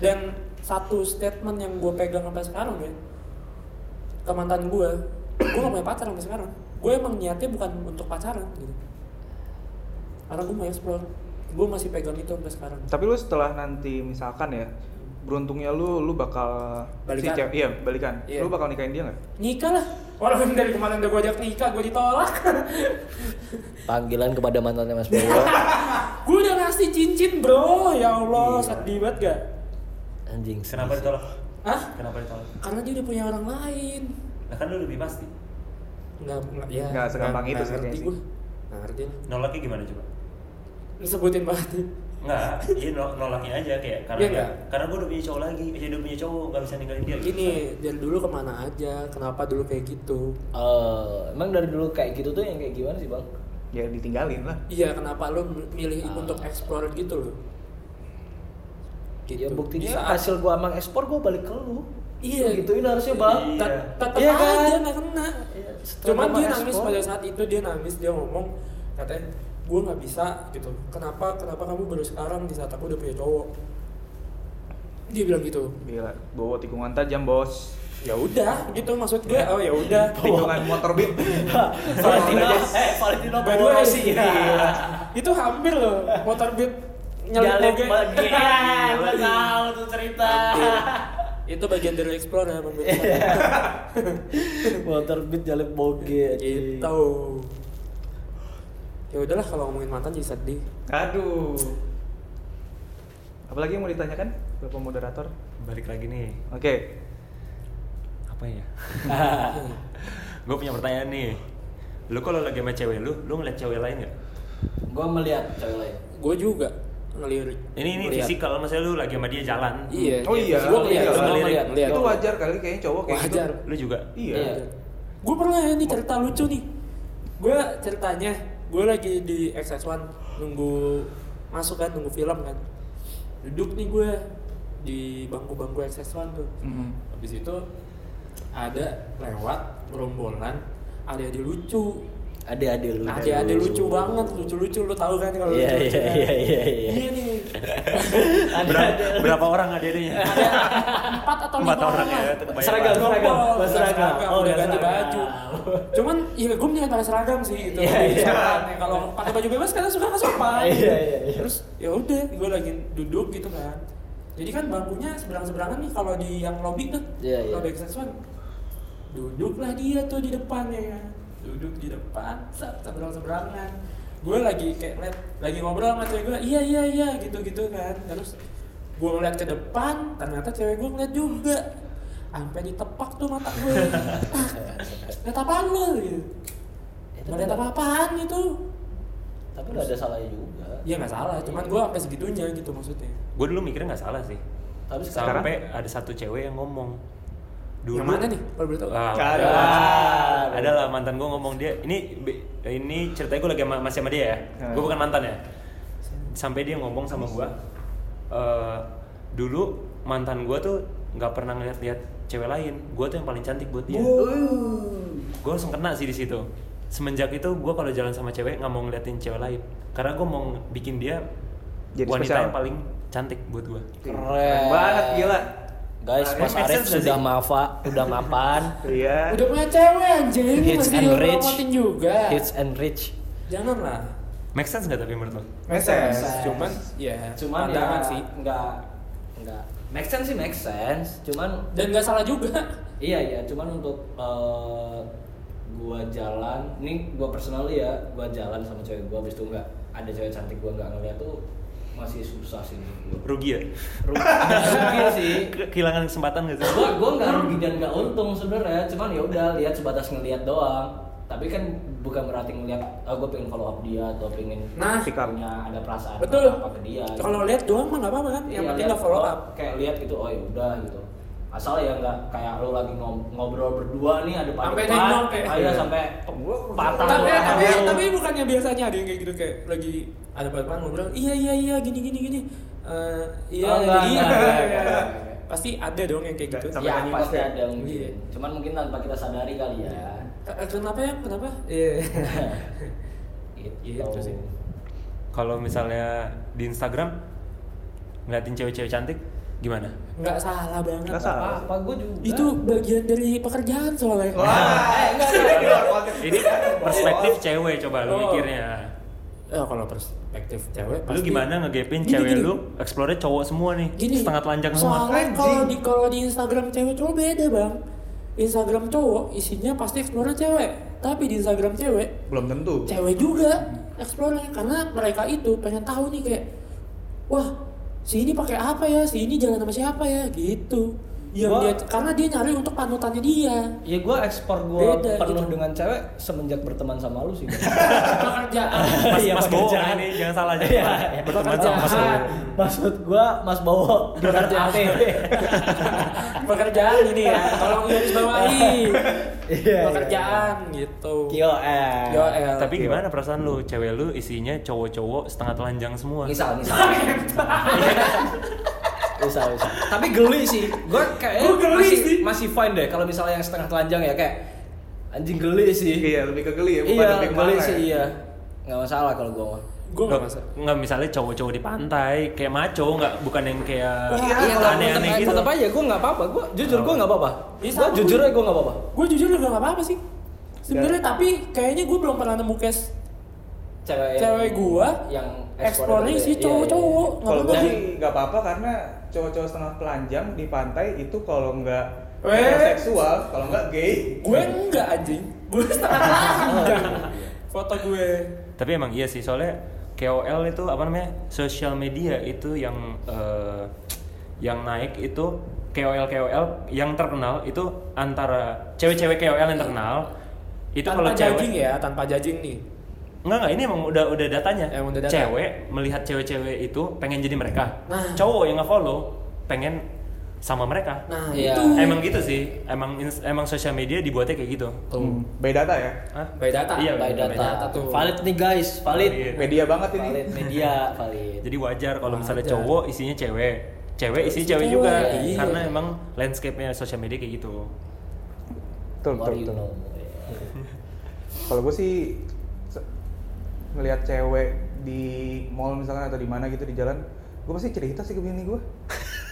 F: dan satu statement yang gua pegang sampai sekarang ya ke mantan gua gua gak punya pacar sampai sekarang gua emang niatnya bukan untuk pacaran gitu karena gua mau explore gua masih pegang itu sampai sekarang
D: *laughs* Tapi lu setelah nanti misalkan ya, beruntungnya lu lu bakal
F: Balikan.
D: cewek- iya, balikan. Lu
F: Iya.
D: bakal nikahin dia nggak?
F: nikah lah walaupun dari kemarin udah gua ajak nikah gua ditolak *laughs*
B: Panggilan kepada mantannya Mas Bowo.
F: Gue udah ngasih cincin bro, ya Allah sedih banget gak?
B: Anjing.
A: kenapa ditolak
F: Hah?
A: kenapa ditolak
F: Karena dia udah punya orang lain.
A: nah kan lu lebih pasti
F: Nggak, nggak ya.
D: Nggak segampang itu sih
F: ngerti
D: kayaknya
F: gue. Nggak ngerti lah.
A: nolaknya gimana coba
F: Lu sebutin banget.
A: Enggak, iya nol- nolaknya aja kayak karena
F: Iya nggak?
A: karena gue udah punya cowok lagi, eh udah punya cowok nggak bisa ninggalin dia. gitu.
F: Gini, dari dulu kemana aja, kenapa dulu kayak gitu?
B: Eh, emang dari dulu kayak gitu tuh yang kayak gimana sih, Bang?
D: Ya ditinggalin lah.
F: Iya, kenapa lu milih
B: Ah.
F: untuk explore gitu loh?
B: Ya buktinya
F: Bisa.
B: hasil gua emang ekspor gua balik ke lu.
F: Iya.
B: Lu gituin harusnya,
A: Iya.
B: Bang.
F: Tet- Tetep
B: Iya kan?
F: aja
B: *laughs*
F: nggak kena.
B: Iya, setelah
F: Cuman
B: gua
F: dia nangis
B: ekspor.
F: pada saat itu dia nangis dia ngomong katanya gue nggak bisa gitu. Kenapa kenapa kamu baru sekarang di saat aku udah punya cowok? Dia bilang gitu.
D: Gila, bawa tikungan tajam, Bos.
F: Ya udah gitu maksud gue. Oh ya
D: *laughs*
F: udah.
D: Tikungan motor
F: *laughs*
D: beat.
B: Valentino, eh Valentino
F: By the way,
B: Bowo.
F: sih. iya.
B: Iya.
F: *laughs* Itu hampir loh motor beat
B: Nyalip
F: nyelip
B: banget.
F: *laughs* moge.
B: Iya, gua tahu tuh *laughs* cerita.
F: Itu bagian dari explore ya Bang Beat.
B: Iya. Motor beat nyalip boge. anjing.
F: gitu. Ya udahlah kalau ngomongin mantan jadi sedih.
D: Aduh. Apalagi yang mau ditanyakan? Bapak moderator.
A: Balik lagi nih,
D: Oke.
A: apa *laughs* ya? gue punya pertanyaan nih. Lu kalau lagi sama cewek lu, lu ngeliat cewek lain nggak?
B: Gua melihat cewek lain.
F: gue juga ngelirik
A: Ini ini
B: Lihat.
A: fisikal, maksudnya lu lagi sama dia jalan.
F: iya
D: Oh iya,
F: gue ngeliat
A: iya,
F: gua
A: ngelirik.
F: ngeliat ngeliat.
D: Itu wajar kali kayaknya cowok kayak gitu.
F: Wajar.
A: Lu juga.
D: Iya.
B: Iya.
F: Gue pernah ya, ini cerita lucu nih. Gue ceritanya, gue lagi di XS1 nunggu masuk kan, nunggu film kan. Duduk nih gue di bangku-bangku XS1 tuh.
B: Mm-hmm.
D: Mhm.
F: Habis itu ada lewat gerombolan ada yang lucu.
B: Ada-ada lu.
F: Ada ada lucu banget, lucu-lucu lu tahu kan kalau
B: Iya,
F: lucu.
B: iya, iya, iya, iya.
F: Iya nih.
A: Berapa, berapa orang adik-adiknya?
F: Empat atau lima
A: Empat orang ya,
F: lah.
A: terbayang.
B: Seragam, seragam.
F: Seragam,
B: Mas seragam.
F: Oh, udah
B: udah
F: ganti
B: seragam.
F: baju. Cuman ya gue mendingan pakai seragam sih gitu.
B: Iya,
F: Jadi
B: iya.
F: sopan ya. Kalau pakai baju bebas kadang suka nggak sopan.
B: Iya, iya, iya.
F: Terus ya udah gue lagi duduk gitu kan. Jadi kan bangkunya seberang-seberangan nih kalau di yang lobby tuh.
B: Iya, iya.
F: Lobby XS1. Duduklah dia tuh di depannya ya. Duduk di depan, set, seberang-seberangan. Gue lagi kayak ngeliat, lagi ngobrol sama cewek gue, iya iya iya gitu-gitu kan. Terus gue ngeliat ke depan, ternyata cewek gue ngeliat juga. Sampai ditepak tuh mata gue. Ngeliat apaan lu? Gitu.
B: Itu
F: Ngeliat
B: kan-
F: apa-apaan gitu.
B: Tapi lu ada salahnya juga.
F: Ya nggak salah, cuman gue sampai segitunya gitu maksudnya.
A: Gue dulu mikirnya nggak salah sih.
B: Tapi sekarang
A: Sampai ada satu cewek yang ngomong. Dulu.
F: Yang mana nih? Kalau boleh tahu.
A: Ah, ada, ada lah mantan gue ngomong dia. Ini be- ini ceritanya gue lagi sama, masih sama dia ya.
D: Hmm.
A: Gue bukan mantan ya. Sampai dia ngomong sama gue. eh, dulu mantan gue tuh nggak pernah ngeliat-liat cewek lain. Gue tuh yang paling cantik buat dia. gue langsung kena sih di situ semenjak itu gue kalau jalan sama cewek nggak mau ngeliatin cewek lain karena gue mau bikin dia
D: Jadi
A: wanita
D: spesial.
A: yang paling cantik buat gue
B: keren.
D: banget gila.
B: Guys,
A: Ada
B: Mas
A: make
B: Arif
A: sense nggak
B: sudah
A: sih?
B: mafa, udah *laughs* mapan.
D: Iya.
F: Udah punya cewek anjing,
B: Hits
F: masih
B: and rich.
F: dipromotin juga.
B: Hits and rich.
F: Jangan lah.
A: make sense nggak tapi menurut lo
D: Meses.
F: Cuman ya
B: Cuman
F: pandangan
B: ya,
F: sih.
B: Enggak, enggak. Make sense sih make sense. Cuman
F: Dan nggak salah juga.
B: Iya iya, cuman untuk eh, gua jalan, ini gua personal ya, gua jalan sama cewek gua habis itu enggak ada cewek cantik gua enggak ngeliat tuh masih susah sih menurut gua.
A: rugi ya
B: Rugi rugi sih.
A: Ke- kehilangan kesempatan gak sih
B: Gua gua enggak rugi dan enggak untung sebenarnya, cuman ya udah lihat sebatas ngeliat doang. Tapi kan bukan berarti ngeliat, ah gua pengen follow up dia atau pengen
F: Nah,
D: Sikap.
B: punya ada perasaan
F: betul.
B: apa ke dia. gitu.
F: Kalau lihat doang mah nggak apa-apa kan. Yang
B: Iya,
F: penting
B: lihat,
F: nggak follow
B: oh,
F: up.
B: kayak lihat gitu oh ya udah gitu asal ya nggak kayak lo lagi ngob- ngobrol berdua nih ada
F: Sampai
B: pada
F: nengok ya.
B: ayo sampai patah Iya,
F: Tapi,
B: tuh
F: tapi,
B: tangan lu.
F: tapi bukannya biasanya ada yang kayak gitu kayak lagi ada papan ngobrol, iya iya iya gini gini gini. Eh, iya
B: Oh, enggak,
F: jadi
B: enggak, enggak, enggak, enggak.
F: pasti ada dong yang kayak gitu.
D: Sampai
B: ya
D: nengok
B: pasti
D: ya.
B: ada mungkin
F: Iya.
B: cuman mungkin tanpa kita sadari kali ya
F: Eh, Kenapa ya? Kenapa?
B: *laughs*
F: Iya.
B: gitu
F: Gitu sih.
A: kalau misalnya di Instagram ngeliatin cewek-cewek cantik gimana
F: Nggak salah banget.
D: Nggak
B: apa
D: salah.
B: apa gue juga
F: Itu bagian dari pekerjaan soalnya.
B: Ah, eh,
D: Wah, ini di luar konteks.
A: ini perspektif cewek coba lu
F: Oh.
A: mikirnya
F: Eh, kalau perspektif cewek
A: lu gimana ngegepin
F: Gini,
A: cewek
F: gini.
A: lu explore cowok semua nih
F: Gini,
A: setengah telanjang semua
F: soalnya kalau
D: Anjing.
F: di kalau di Instagram cewek cowok beda bang Instagram cowok isinya pasti explore cewek tapi di Instagram cewek
D: Belum tentu.
F: cewek juga explore karena mereka itu pengen tahu nih kayak wah si ini pakai apa ya si ini jalan sama siapa ya gitu yang
B: Gua-
F: dia karena dia nyari untuk panutannya dia
B: ya gue ekspor gue
F: Beda
B: penuh
F: gitu.
B: dengan cewek semenjak berteman sama lu sih *laughs*
A: *laughs*
F: pekerjaan *laughs*
A: mas,
B: Iya,
A: mas bowo
B: pekerjaan.
A: kan ini jangan salah
B: Iya,
A: jangan
B: iya.
A: berteman sama mas bowo
F: Pekerjaan.
B: maksud gue mas *laughs* bowo di luar
F: Pekerjaan.
B: ATW.
F: pekerjaan ini ya tolong garis bawahi
B: Iya, iya.
F: pekerjaan gitu
B: Kio eh.
F: Yo, El.
A: Tapi gimana perasaan lu? Cewek lu isinya cowok-cowok setengah telanjang semua.
B: Misal, misal. *laughs* misal, misal. Tapi geli sih. Gue kayaknya
F: Gua geli
B: masih,
F: sih.
B: masih fine deh kalau misalnya yang setengah telanjang ya kayak anjing geli sih.
D: Iya, lebih ke geli ya, bukan
B: iya,
D: lebih ke
B: geli
D: marah
B: sih
D: ya.
B: iya. Nggak masalah kalau gue mah.
F: gue
A: Nggak,
F: gak masalah
A: nggak misalnya cowok-cowok di pantai kayak maco nggak bukan yang kayak
B: Iya, kalau
A: aneh-aneh
B: tetep-
A: gitu.
B: tetep aja gue nggak apa-apa. Gue jujur gue nggak apa-apa. Gue
F: Iya, sama
B: jujur
F: gua.
B: aja gue nggak apa-apa.
F: gue jujur juga gak apa-apa sih sebenarnya tapi kayaknya gue belum pernah nemu case
B: Cewek,
F: cewek gue
B: yang
F: exploring
B: explore
F: si
B: gitu ya.
F: cowok-cowok nggak
D: Kalau gue
F: apa-apa
D: sih nggak apa-apa karena cowok-cowok setengah telanjang di pantai itu kalau nggak
B: Eh.
F: Weh.
D: seksual, kalau nggak gay.
F: gue enggak anjing gue *laughs* setengah
B: Iya.
F: telanjang foto gue
A: Tapi emang iya sih soalnya KOL itu apa namanya? Social media itu yang eh, yang naik itu KOL KOL yang terkenal itu antara cewek-cewek KOL yang terkenal itu
F: tanpa
A: kalau cewek
F: judging ya tanpa judging nih
A: Enggak enggak, ini emang udah udah datanya.
F: Emang udah data.
A: Cewek melihat cewek-cewek itu pengen jadi mereka.
F: Nah.
A: Cowok yang nge-follow pengen sama mereka.
F: Nah,
B: Iya.
F: itu
A: Emang gitu sih. Emang ins- emang sosial media dibuatnya kayak gitu.
F: tuh.
D: By data ya.
A: Hah?
F: By data.
A: Iya,
B: by data.
F: tuh.
B: Valid nih guys, valid.
A: Iya.
D: Media banget ini.
B: Valid media, valid.
A: Jadi wajar kalau misalnya
F: Wajar.
A: cowok isinya cewek, cewek isinya
F: Isinya
A: cewek,
F: cewek,
A: juga
F: iya.
A: karena emang landscape-nya sosial media kayak gitu.
D: Betul, betul,
B: More you
D: betul.
B: know.
D: Kalau gue sih se- ngelihat cewek di mall misalkan atau di mana gitu di jalan, gue pasti cerita sih ke bini gue.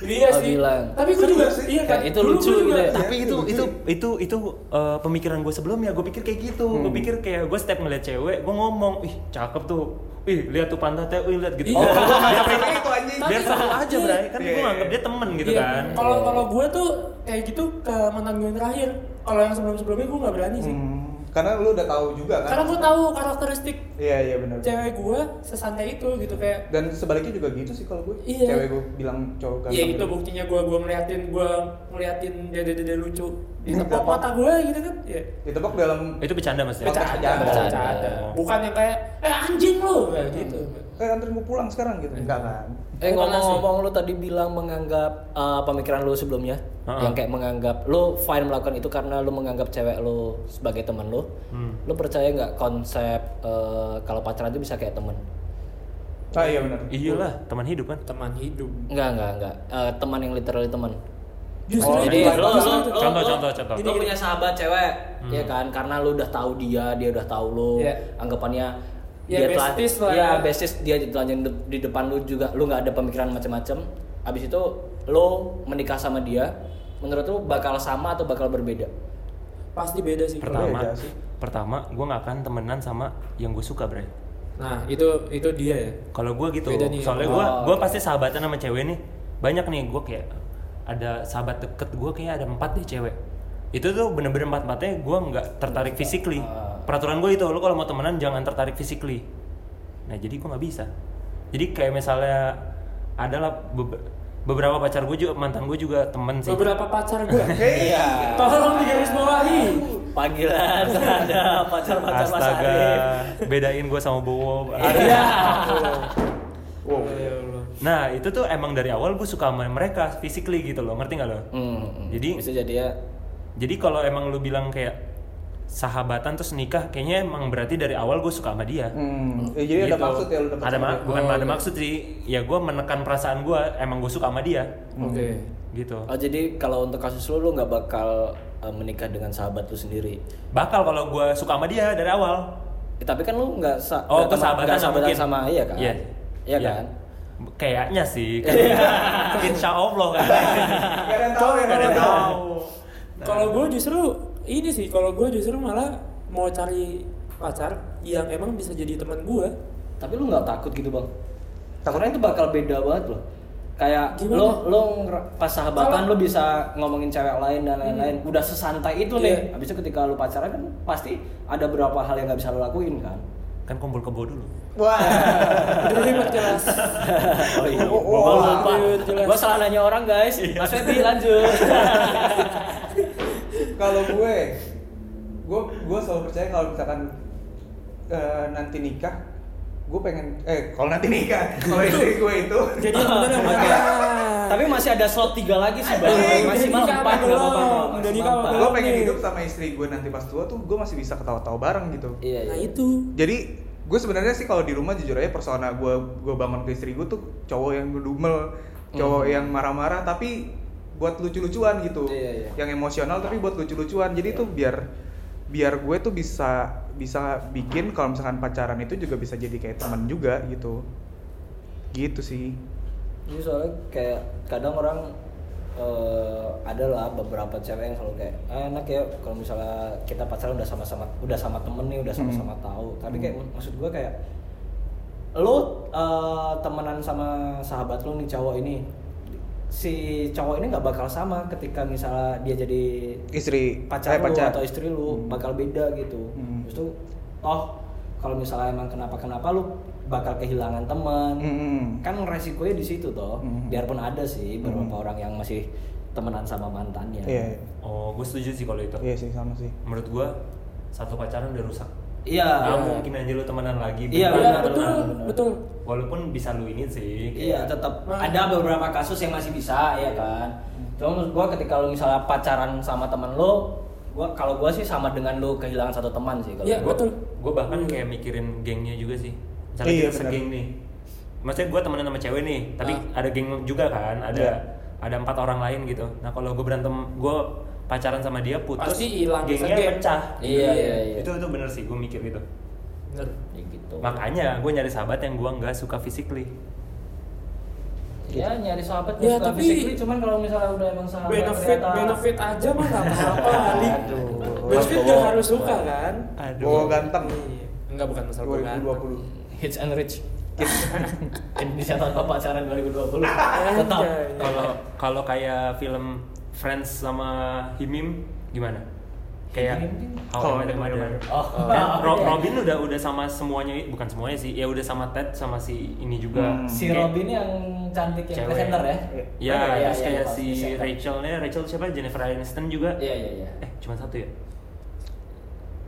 C: Iya
B: Oh,
C: sih.
B: bilang.
C: Tapi gue juga
D: Serius sih?
C: iya kan.
B: Kayak itu
C: Dulu
B: lucu
C: gua juga-
B: gitu ya.
F: *laughs*
A: Tapi
D: Iya,
A: itu
D: lucu
A: itu
D: ya.
A: itu itu uh, pemikiran gue sebelumnya. Gue pikir kayak gitu. Gue pikir kayak gue setiap ngeliat cewek, gue ngomong, ih cakep tuh. Ih, lihat tuh pantatnya, ih lihat gitu.
F: Iya.
A: Oh, biar-
D: Kayak itu anjing.
A: biar sama aja, Bray. Kan
D: Iya,
A: gue
D: iya.
A: nganggap dia temen gitu
F: Iya.
A: kan.
F: Kalau kalau gue tuh kayak gitu ke mantan gue yang terakhir. Kalau yang sebelum sebelumnya gue nggak
B: Iya
F: berani sih.
D: Hmm, karena lu udah tahu
B: Hmm.
D: juga
F: Karena
D: kan.
F: gue tahu karakteristik
D: Iya iya benar.
F: cewek gue sesantai itu gitu kayak.
D: Dan sebaliknya juga gitu sih kalau gue.
F: Iya.
D: Cewek gue bilang cowok ganteng.
F: Iya gitu buktinya gue gue ngeliatin gue ngeliatin dede-dede lucu di tepok mata gue gitu kan. Iya.
D: Ditebak dalam
A: Itu bercanda mas.
D: Bercanda.
B: Bercanda.
F: Bukan yang kayak eh anjing lu kayak gitu.
D: eh anterin gue pulang sekarang gitu. Enggak
F: Iya.
D: kan.
B: Eh ngomong-ngomong lu tadi bilang menganggap uh, pemikiran lu sebelumnya
A: Ha-ha.
B: yang kayak menganggap lu fine melakukan itu karena lu menganggap cewek lu sebagai teman lu. Lu percaya nggak konsep uh, kalau pacaran itu bisa kayak teman?
D: Ah iya benar.
A: Iyalah, teman hidup kan.
F: Teman hidup.
B: Enggak, enggak, enggak. Eh, teman yang literally teman.
F: Justru
B: Oh, jadi
F: itu,
B: lo,
F: justru
B: lo,
F: itu.
B: lo-
A: Contoh,
B: lo-
A: contoh, contoh. Hmm.
B: Lu punya sahabat cewek, ya kan? Karena lu udah tahu dia, dia udah tahu lu.
F: Iya.
B: Anggapannya
F: Ya,
B: telan-
F: besties lah
B: Iya,
F: ya.
B: besties dia ditelanjang de- di depan lu juga. Lu nggak ada pemikiran macam-macam. Habis itu lu menikah sama dia, menurut lu bakal sama atau bakal berbeda?
F: pasti beda sih. kalau
A: Pertama,
D: Beda sih.
A: pertama gue nggak akan temenan sama yang gue suka, Bray.
F: Nah, itu itu dia ya.
A: Kalau gue gitu,
F: Beda nih.
A: soalnya gue
B: Oh,
A: gua pasti sahabatan sama cewek nih. Banyak nih gue kayak ada sahabat deket gue kayak ada empat deh cewek. Itu tuh bener-bener empat empatnya gue nggak
F: Oh.
A: tertarik physically. Peraturan gue itu lo kalau mau temenan jangan tertarik physically. Nah jadi gue nggak bisa. Jadi kayak misalnya adalah bebe- beberapa pacar gue juga mantan gue juga temen sih.
F: Beberapa pacar gue.
D: Iya.
F: Tolong digarisbawahi.
B: Panggilan *laughs* ada pacar-pacar Mas
A: Astaga,
B: Arif.
A: bedain gue sama Bowo.
B: Iya.
D: Wow.
F: Iya,
A: Nah itu tuh emang dari awal gue suka sama mereka physically gitu loh, ngerti nggak lo?
B: Hmm,
A: Jadi-
B: bisa jadi ya
A: Jadi kalau emang lu bilang kayak sahabatan terus nikah, kayaknya emang berarti dari awal gue suka sama dia.
D: Hmm. Ya, jadi ada
A: Gitu.
D: maksud ya lu dapat.
A: Ada
D: sama
A: ma-
D: dia.
A: bukan ada maksud sih. Ya gue menekan perasaan gue, emang gue suka sama dia.
F: Oke.
A: Gitu.
B: Oh jadi kalau untuk kasus lu lu nggak bakal eh, menikah dengan sahabat lu sendiri.
A: Bakal kalau gue suka sama dia dari awal.
B: Eh, tapi kan lu nggak
A: Oh,
B: sa nggak teman-
A: persahabatan
B: nggak
A: nggak mungkin.
B: sama iya kan?
A: Iya.
B: Iya
A: Iya.
B: kan?
A: Kayaknya sih. kan. *laughs* Insya Allah kan.
D: Gak ada yang tahu ya.
A: Gak ada yang tahu.
F: Kalau gue justru ini sih, kalau gue justru malah mau cari pacar yang emang bisa jadi teman gue.
B: Tapi lu nggak takut gitu bang? Takutnya itu bakal beda banget loh. Kayak
F: Gimana?
B: lo lo ngera- pas sahabatan
F: Kalau-
B: lu bisa ngomongin cewek lain dan lain-lain. Udah sesantai itu
F: Hmm. Iya.
B: nih. Habis itu ketika lu pacaran kan pasti ada berapa hal yang nggak bisa lu lakuin kan?
A: Kan kumpul kebo dulu.
D: Wah.
F: Udah ribet jelas.
B: *laughs* oh iya.
D: Oh, oh,
B: Gua
D: oh,
B: lupa.
F: lanjut, iya, jelas.
B: Gua salah nanya orang guys. *laughs* Mas Febi lanjut.
D: Kalau gue, gue gue selalu percaya kalau misalkan eh, nanti nikah, gue pengen eh kalau nanti nikah, *laughs* kalau istri gue itu
F: *laughs* Jadi yang bener yang mana?
B: Tapi masih ada slot tiga lagi sih bang.
D: Anjing,
B: Masih
F: udah nikah
B: empat
F: apa
B: nggak
F: belum?
B: apa-apa. Iya, Bang.
F: Udah
B: Masih
F: nikah apa
B: mampan.
F: belum?
D: gue pengen
F: nih.
D: hidup sama istri gue nanti pas tua tuh gue masih bisa ketawa-tawa bareng gitu.
B: Iya.
F: Nah
B: iya.
F: itu.
D: Jadi gue sebenarnya sih kalau di rumah jujur aja persona gue gue bangun ke istri gue tuh cowok yang ngedumel, cowok yang marah-marah tapi buat lucu-lucuan gitu,
B: Hmm. Iya, iya.
D: yang emosional tapi buat lucu-lucuan. Jadi tuh biar biar gue tuh bisa bisa bikin kalau misalkan pacaran itu juga bisa jadi kayak teman juga gitu, gitu sih.
B: Jadi Iya, soalnya kayak kadang orang eh, ada lah beberapa cewek yang selalu kayak "Ah, enak ya kalau misalnya kita pacaran udah sama-sama udah sama temen nih udah sama-sama tahu. Tapi kayak maksud gua kayak lo eh, temenan sama sahabat lo nih cowok ini si cowok ini nggak bakal sama ketika misalnya dia jadi
D: Istri
B: pacar
D: eh,
B: lu atau istri lu
D: Hmm.
B: bakal beda gitu.
D: Hmm.
B: Terus tuh, oh kalau misalnya emang kenapa-kenapa lu bakal kehilangan teman.
D: Hmm.
B: Kan resikonya di situ toh.
D: Hmm.
B: Biarpun ada sih beberapa
D: Hmm.
B: orang yang masih temenan sama mantannya.
D: Iya,
A: Oh, gue setuju sih kalau itu.
D: iya sih sama sih.
A: Menurut gue satu pacaran udah rusak.
B: Iya.
A: ya mungkin aja lu temenan lagi
B: Iya,
A: beneran.
F: Iya,
B: benar,
F: betul,
B: benar.
F: betul.
A: walaupun bisa lu ini sih
B: Iya tetap ada beberapa kasus yang masih bisa ya kan.
D: Hmm.
B: Cuma menurut gua ketika lu misalnya pacaran sama teman lu, gua kalau gua sih sama dengan lu kehilangan satu teman sih kalau.
A: Ya.
F: Iya,
B: gua.
F: betul.
A: gue bahkan kayak mikirin gengnya juga sih misalnya
D: Iya,
A: kita segeng nih maksudnya gue temenan sama cewek nih tapi
F: Ah.
A: ada geng juga kan ada
D: Iya.
A: ada empat orang lain gitu nah kalau gue berantem gue pacaran sama dia putus
F: Pasti hilang
A: gengnya
F: segeng.
A: pecah
B: Iya iya iya.
A: itu itu bener sih gue mikir gitu
F: Bener.
B: Ya gitu.
D: Nah,
A: makanya gue nyari sahabat yang gue nggak suka physically
B: Ya
D: gitu.
B: nyari sahabat
F: Ya,
B: ya, tapi
F: tapi-
B: physically, cuman kalau misalnya udah emang sahabat
C: benefit
B: ternyata-
C: benefit aja mah
F: *laughs*
C: nggak apa-apa kali
B: Aduh.
C: benefit
B: Mas
C: nggak
B: Bowo.
C: harus suka kan
D: Bowo ganteng
B: Iya,
F: Enggak bukan masalah gua ganteng.
D: 2020.
B: Hits and Rich. *laughs* Indonesia tanpa pacaran 2020. Tetap.
A: kalau kalau kayak film Friends sama Himim gimana kayak
D: How
A: How I Met Your Mother.
B: Oh,
A: Dan
B: oh,
A: Ro-
B: iya.
A: Robin udah udah sama semuanya bukan semuanya sih ya udah sama Ted sama si ini juga
D: Hmm.
B: Si
A: Kayak-
B: Robin yang cantik yang
A: Cewek.
B: presenter ya.
A: ya
B: Iya, iya,
A: terus
B: iya,
A: kayak
B: iya,
A: si
B: presenter.
A: Rachelnya Rachel siapa Jennifer Aniston juga
B: Iya iya iya.
A: eh cuma satu ya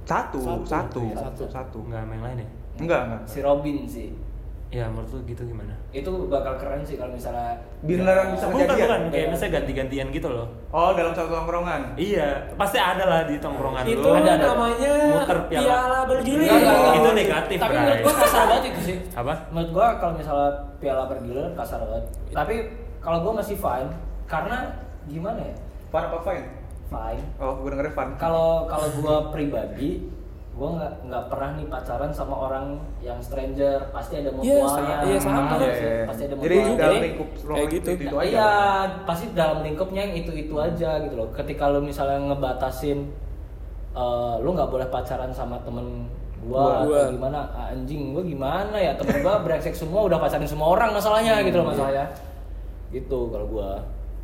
D: Satu, satu,
B: Satu.
D: satu, satu.
A: nggak main lain ya
D: Enggak, enggak.
B: Si Robin sih.
A: ya menurut lu gitu gimana
B: Itu bakal keren sih kalau misalnya Iya.
D: Beneran bisa
A: bukan
D: kejadian?
A: bukan kayak misalnya ganti-gantian gitu loh
D: Oh, dalam satu tongkrongan.
A: iya pasti ada lah di tongkrongan
C: itu
A: lu
B: Ada, ada.
C: namanya
A: Muter piala.
C: bergilir
B: Enggak, enggak,
A: itu
B: enggak.
A: negatif
B: Tapi
A: Bray.
B: menurut gua kasar banget itu sih.
A: apa
B: Menurut gua kalau misalnya piala bergilir kasar banget. Tapi kalau gua masih fine karena gimana ya?
D: Para apa fine?
B: Fine.
D: Oh, gue dengernya fun.
B: Kalau kalau gua pribadi gua nggak nggak pernah nih pacaran sama orang yang stranger pasti ada
F: Iya,
B: mutualnya
F: sa- iya, sama.
B: pasti-
D: Iya, iya, iya.
B: pasti ada
D: Jadi
B: mutualnya.
D: dalam
F: Jadi,
D: lingkup ruang
F: kayak
D: itu,
F: gitu.
D: itu, itu aja.
B: iya pasti dalam lingkupnya yang itu itu aja gitu loh ketika lu misalnya ngebatasin eh, lu nggak boleh pacaran sama temen gua,
F: Gua.
B: atau gimana ah, anjing gua gimana ya temen gua brengsek semua udah pacarin semua orang masalahnya gitu
D: Iya.
B: loh masalahnya gitu kalau gua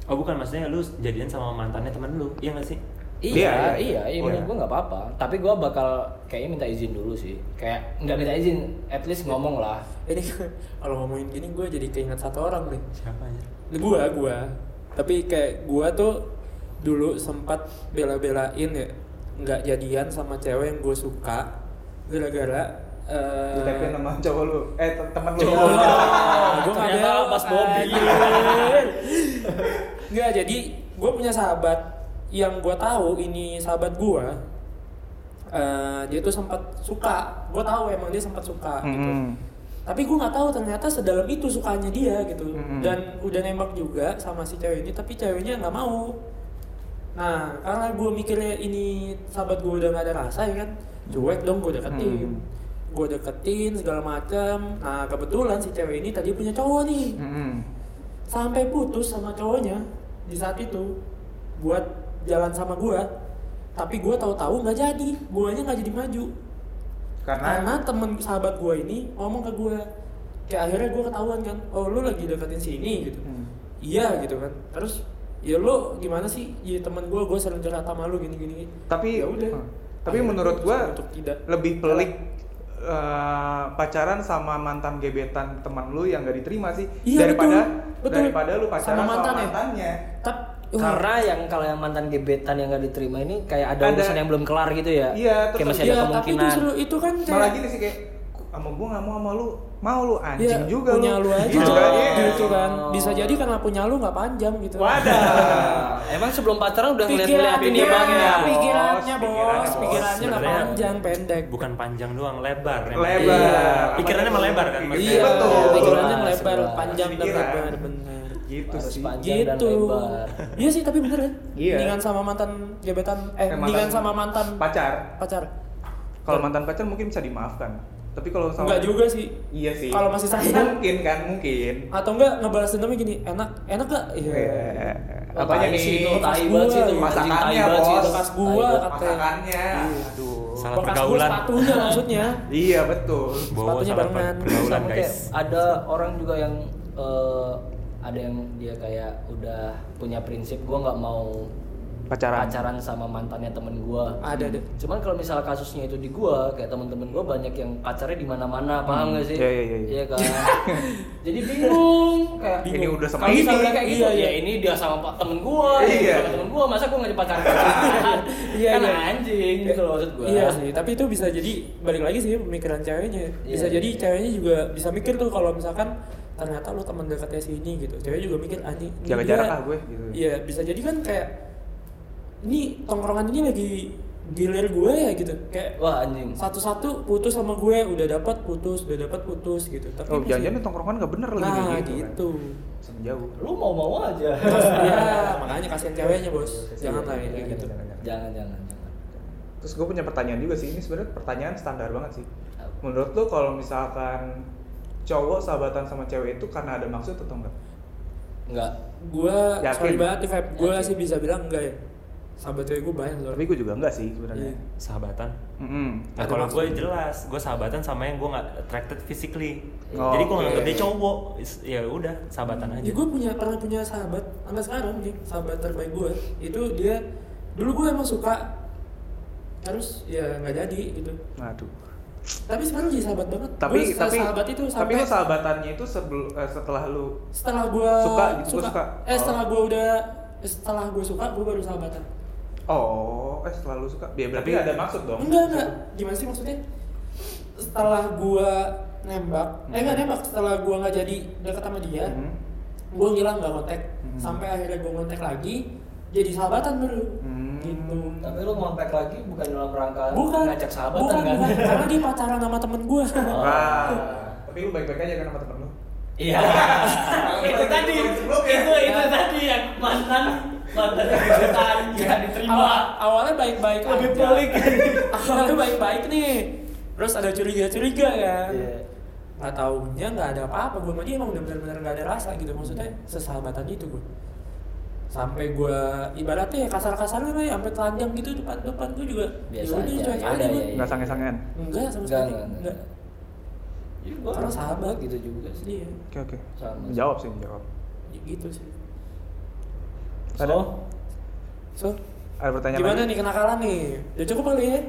A: oh bukan maksudnya lu jadian sama mantannya teman lu iya nggak sih
B: Iya,
D: Iya,
B: iya,
D: iya.
B: iya,
D: Oh,
B: menurut
D: iya.
B: gue nggak apa-apa. Tapi gue bakal kayaknya minta izin dulu sih. Kayak nggak minta izin, at least ngomong lah.
F: Ini *laughs* kalau ngomongin gini gue jadi keinget satu orang nih.
A: siapa
D: ya?
A: aja
F: gua gua tapi kayak gua tuh dulu sempat bela-belain ya nggak jadian sama cewek yang gue suka gara-gara eh,
D: Ditepin sama cowok lu. Eh, te- temen lu.
F: Gua nggak
B: Ternyata
F: bela,
B: Mas Bobby.
F: anjir. nggak jadi gue punya sahabat yang gue tahu ini sahabat gue eh, dia tuh sempat suka gue tahu emang dia sempat suka gitu
D: Mm-mm.
F: tapi gue nggak tahu ternyata sedalam itu sukanya dia gitu
D: Mhm.
F: dan udah nembak juga sama si cewek ini tapi ceweknya nggak mau nah karena gue mikirnya ini sahabat gue udah nggak ada rasa ya kan cuek dong gue
D: Hmm.
F: deketin gue deketin segala macam nah kebetulan si cewek ini tadi punya cowok nih
D: Mm-mm.
F: sampai putus sama cowoknya di saat itu buat jalan sama gue tapi gue tahu-tahu nggak jadi guanya nggak jadi maju
D: Karena
F: karena temen sahabat gue ini ngomong ke gue kayak akhirnya gue ketahuan kan oh lu lagi deketin si ini gitu
D: Hmm.
F: iya gitu kan terus ya lu gimana sih ya temen gue gue sering curhat sama lu gini gini
D: tapi
F: ya udah
D: Hmm. tapi
F: Akhirnya
D: menurut gua
F: gua putuskan untuk tidak
D: lebih pelik eh, pacaran sama mantan gebetan teman lu yang gak diterima sih
F: Iya,
D: daripada
F: betul, betul.
D: daripada lu pacaran sama,
F: Sama mantan ya?
D: mantannya.
F: Tep, uh,
B: Karena yang kalau yang mantan gebetan yang nggak diterima ini kayak ada,
D: Ada.
B: urusan yang belum kelar gitu ya.
D: Iya, terus-
B: kayak masih
F: ya,
B: ada
F: tapi
B: kemungkinan.
F: justru itu kan kayak
D: Malah gini sih kayak "Ku- sama gua gak mau sama lu, mau lu anjing
F: ya,
D: juga
F: punya lu,
D: lu.
F: aja
D: Gitu
F: gitu,
D: kan, iya.
F: kan bisa jadi karena punya lu nggak panjang gitu *laughs*
D: Wadah.
B: Emang sebelum pacaran udah ngeliat-ngeliatin ya,
F: pikirannya
B: dia banget.
D: Pikirannya,
F: pikirannya bos
D: bos.
F: pikirannya nggak
A: Sebenarnya-
F: panjang pendek
A: bukan panjang doang lebar emang.
D: Lebar.
A: Iya. pikirannya melebar kan
D: Iya,
A: maksudnya.
D: betul.
F: pikirannya
B: Sebelas,
F: melebar,
B: sebelas.
F: panjang dan
D: Pikiran.
F: lebar, bener.
D: Gitu
B: Harus
D: sih.
B: panjang dan
F: Gitu.
B: lebar.
F: Iya sih, tapi bener kan?
D: Iya.
F: Mendingan sama mantan gebetan, eh,
D: Eh, mantan-
F: mendingan sama mantan
D: Pacar.
F: pacar.
D: Kalau mantan pacar mungkin bisa dimaafkan. Tapi kalau sama
F: Enggak juga sih.
D: Iya sih.
F: Kalau masih sayang.
D: mungkin kan, mungkin.
F: Atau enggak ngebalas dendamnya gini, enak, enak gak? Iya.
D: Eh,
B: Oh,
D: Apanya
B: tai
D: nih?
B: sih itu,
F: Bekas
B: tai banget sih itu.
D: gua.
B: anjing, tai
D: Masakannya,
B: banget sih itu.
D: bos.
F: Bekas gua
B: Tai banget.
F: katanya.
D: Masakannya. Aduh.
A: Salah
F: Bekas gua
A: pergaulan.
B: *laughs*
F: sepatunya maksudnya.
D: Iya, betul.
A: Bawa
F: Sepatunya
A: salah
F: barengan.
A: pergaulan
B: Sama kayak
A: guys.
B: ada orang juga yang eh, ada yang dia kayak udah punya prinsip gue nggak mau
D: Pacaran.
B: pacaran sama mantannya temen gue
F: Ada ada.
B: cuman kalau misalnya kasusnya itu di gua kayak temen-temen gua banyak yang pacarnya di mana-mana paham gak sih
D: Iya, iya, iya, iya.
B: kan
D: *laughs*
B: jadi bingung kayak
D: Ini udah sama
B: kalau
D: ini.
B: misalnya kayak gitu
F: Iya, iya.
B: ya ini dia sama pak temen gua
D: Iya.
B: sama temen gua gua masa gua nggak
D: *laughs*
B: pacaran
F: Iya,
B: kan
F: iya.
B: anjing gitu loh maksud gua
F: Iya sih, tapi itu bisa jadi balik lagi sih pemikiran ceweknya. Bisa
B: Iya.
F: jadi ceweknya juga bisa mikir tuh kalau misalkan ternyata lu teman dekatnya si ini gitu. Cewek juga mikir anjing. ini
D: Jaga
F: dia-
D: jarak lah gue, gitu.
F: Iya, bisa jadi kan kayak ini tongkrongan ini lagi gilir gue ya gitu. Kayak
B: wah anjing
F: satu-satu putus sama gue, udah dapat putus, udah dapat putus gitu. Tapi
D: Oh,
F: masih-
D: jangan-jangan tongkrongan gak bener lagi
F: Nah,
D: kayak
F: gitu.
D: gitu. kan. Sama jauh.
B: lu mau mau aja
F: Terus, ya, makanya kasihan ceweknya, Bos. Jangan lah ya, kayak gitu.
B: jangan jangan jangan
D: Terus gue punya pertanyaan juga sih. Ini sebenarnya pertanyaan standar banget sih. Menurut lo kalau misalkan cowok sahabatan sama cewek itu karena ada maksud atau enggak?
B: nggak
F: Gue
D: Yakin?
F: sorry banget nih, Feb. Gue
B: Yakin.
F: sih bisa bilang enggak ya. Sahabat cewek gue banyak loh.
D: Tapi gue juga enggak sih sebenarnya.
F: Iya.
A: sahabatan
D: Mm-mm.
A: Nah,
F: Ada
A: kalau gue
F: maksud.
A: jelas, gue sahabatan sama yang gue nggak attracted physically.
D: Oh,
A: Jadi gue
D: oke.
A: nggak dia cowok, Is- ya udah sahabatan aja.
F: Ya gue punya pernah punya sahabat sampai sekarang nih sahabat terbaik gue itu dia dulu gue emang suka terus ya nggak jadi gitu
D: Aduh.
F: tapi sekarang jadi sahabat banget
D: Tapi
F: Gua setelah
D: tapi
F: sahabat itu
D: tapi
F: sampai
D: lo sahabatannya itu sebelum eh, setelah lu
F: setelah gue
D: Suka gitu, gua suka.
F: eh
D: Oh.
F: setelah gue udah setelah gue suka gue baru sahabatan
D: Oh, eh selalu suka. Ya, berarti
A: Tapi-
D: ada maksud dong.
F: enggak enggak gimana sih maksudnya setelah gue nembak eh
B: Hmm.
F: enggak nembak setelah gue nggak jadi deket sama dia
D: Mhm.
F: gue ngilang nggak kontak
B: Hmm.
D: Mhm.
F: sampai akhirnya gue kontak lagi jadi sahabatan baru
D: Hmm.
F: gitu
B: tapi lu ngontak lagi bukan dalam rangka
F: bukan
B: ngajak sahabatan
F: bukan,
B: kan
F: bukan. karena dia pacaran sama temen gue
B: Oh.
D: Wah. Ah. Tapi lu baik-baik aja kan sama temen lu?
B: *laughs* iya itu Iya. tadi itu itu tadi yang mantan mantan kejutan nggak
F: Awal-
B: diterima
F: awalnya baik-baik
B: Lebih
F: aja.
B: pelik.
F: *laughs* awalnya baik-baik nih terus ada curiga-curiga kan
B: Iya.
F: nggak taunya nggak ada apa-apa gue sama dia emang udah benar-benar nggak ada rasa gitu maksudnya sesahabatan itu gue sampai gue ibaratnya ya kasar-kasarnya lah ya, sampai telanjang gitu depan-depan gue juga
B: Biasa
F: ya udah
B: aja,
F: cuek
B: ya
F: aja
B: udah,
F: gue
B: ya,
D: Enggak sange-sangean.
F: enggak sama
B: Enggak,
F: sekali
B: enggak, enggak.
F: enggak
B: Iya, gua
F: Karena sahabat.
B: gitu juga sih.
F: iya
D: Oke, oke.
B: Sama.
D: Menjawab sih, menjawab.
F: Ya gitu sih
D: Ada
F: so
D: ada pertanyaan
F: gimana
D: lagi?
F: nih kenakalan nih udah cukup kali ya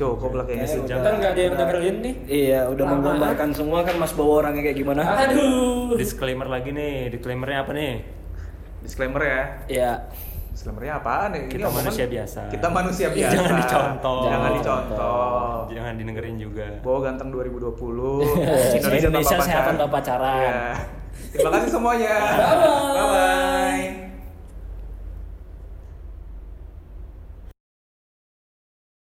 D: Cukup lah kayaknya sih.
A: Kayaknya
F: Kan nggak ada yang dengerin nih.
B: Iya, udah
F: Lama.
B: menggambarkan semua kan Mas bawa orangnya kayak gimana.
F: aduh
A: Disclaimer lagi nih, disclaimernya apa nih?
D: Disclaimer ya.
B: Ya,
D: Disclaimernya apaan ya? Ini
A: Kita
D: omongan-
A: manusia biasa.
D: Kita manusia
A: Iya,
D: biasa.
A: jangan dicontoh.
D: Jangan
B: Jangan
D: dicontoh.
A: Jangan didengerin juga.
D: Bawa ganteng 2020.
B: Indonesia
D: tanpa
B: sehat tanpa pacaran.
D: Iya. Terima kasih semuanya. Bye bye.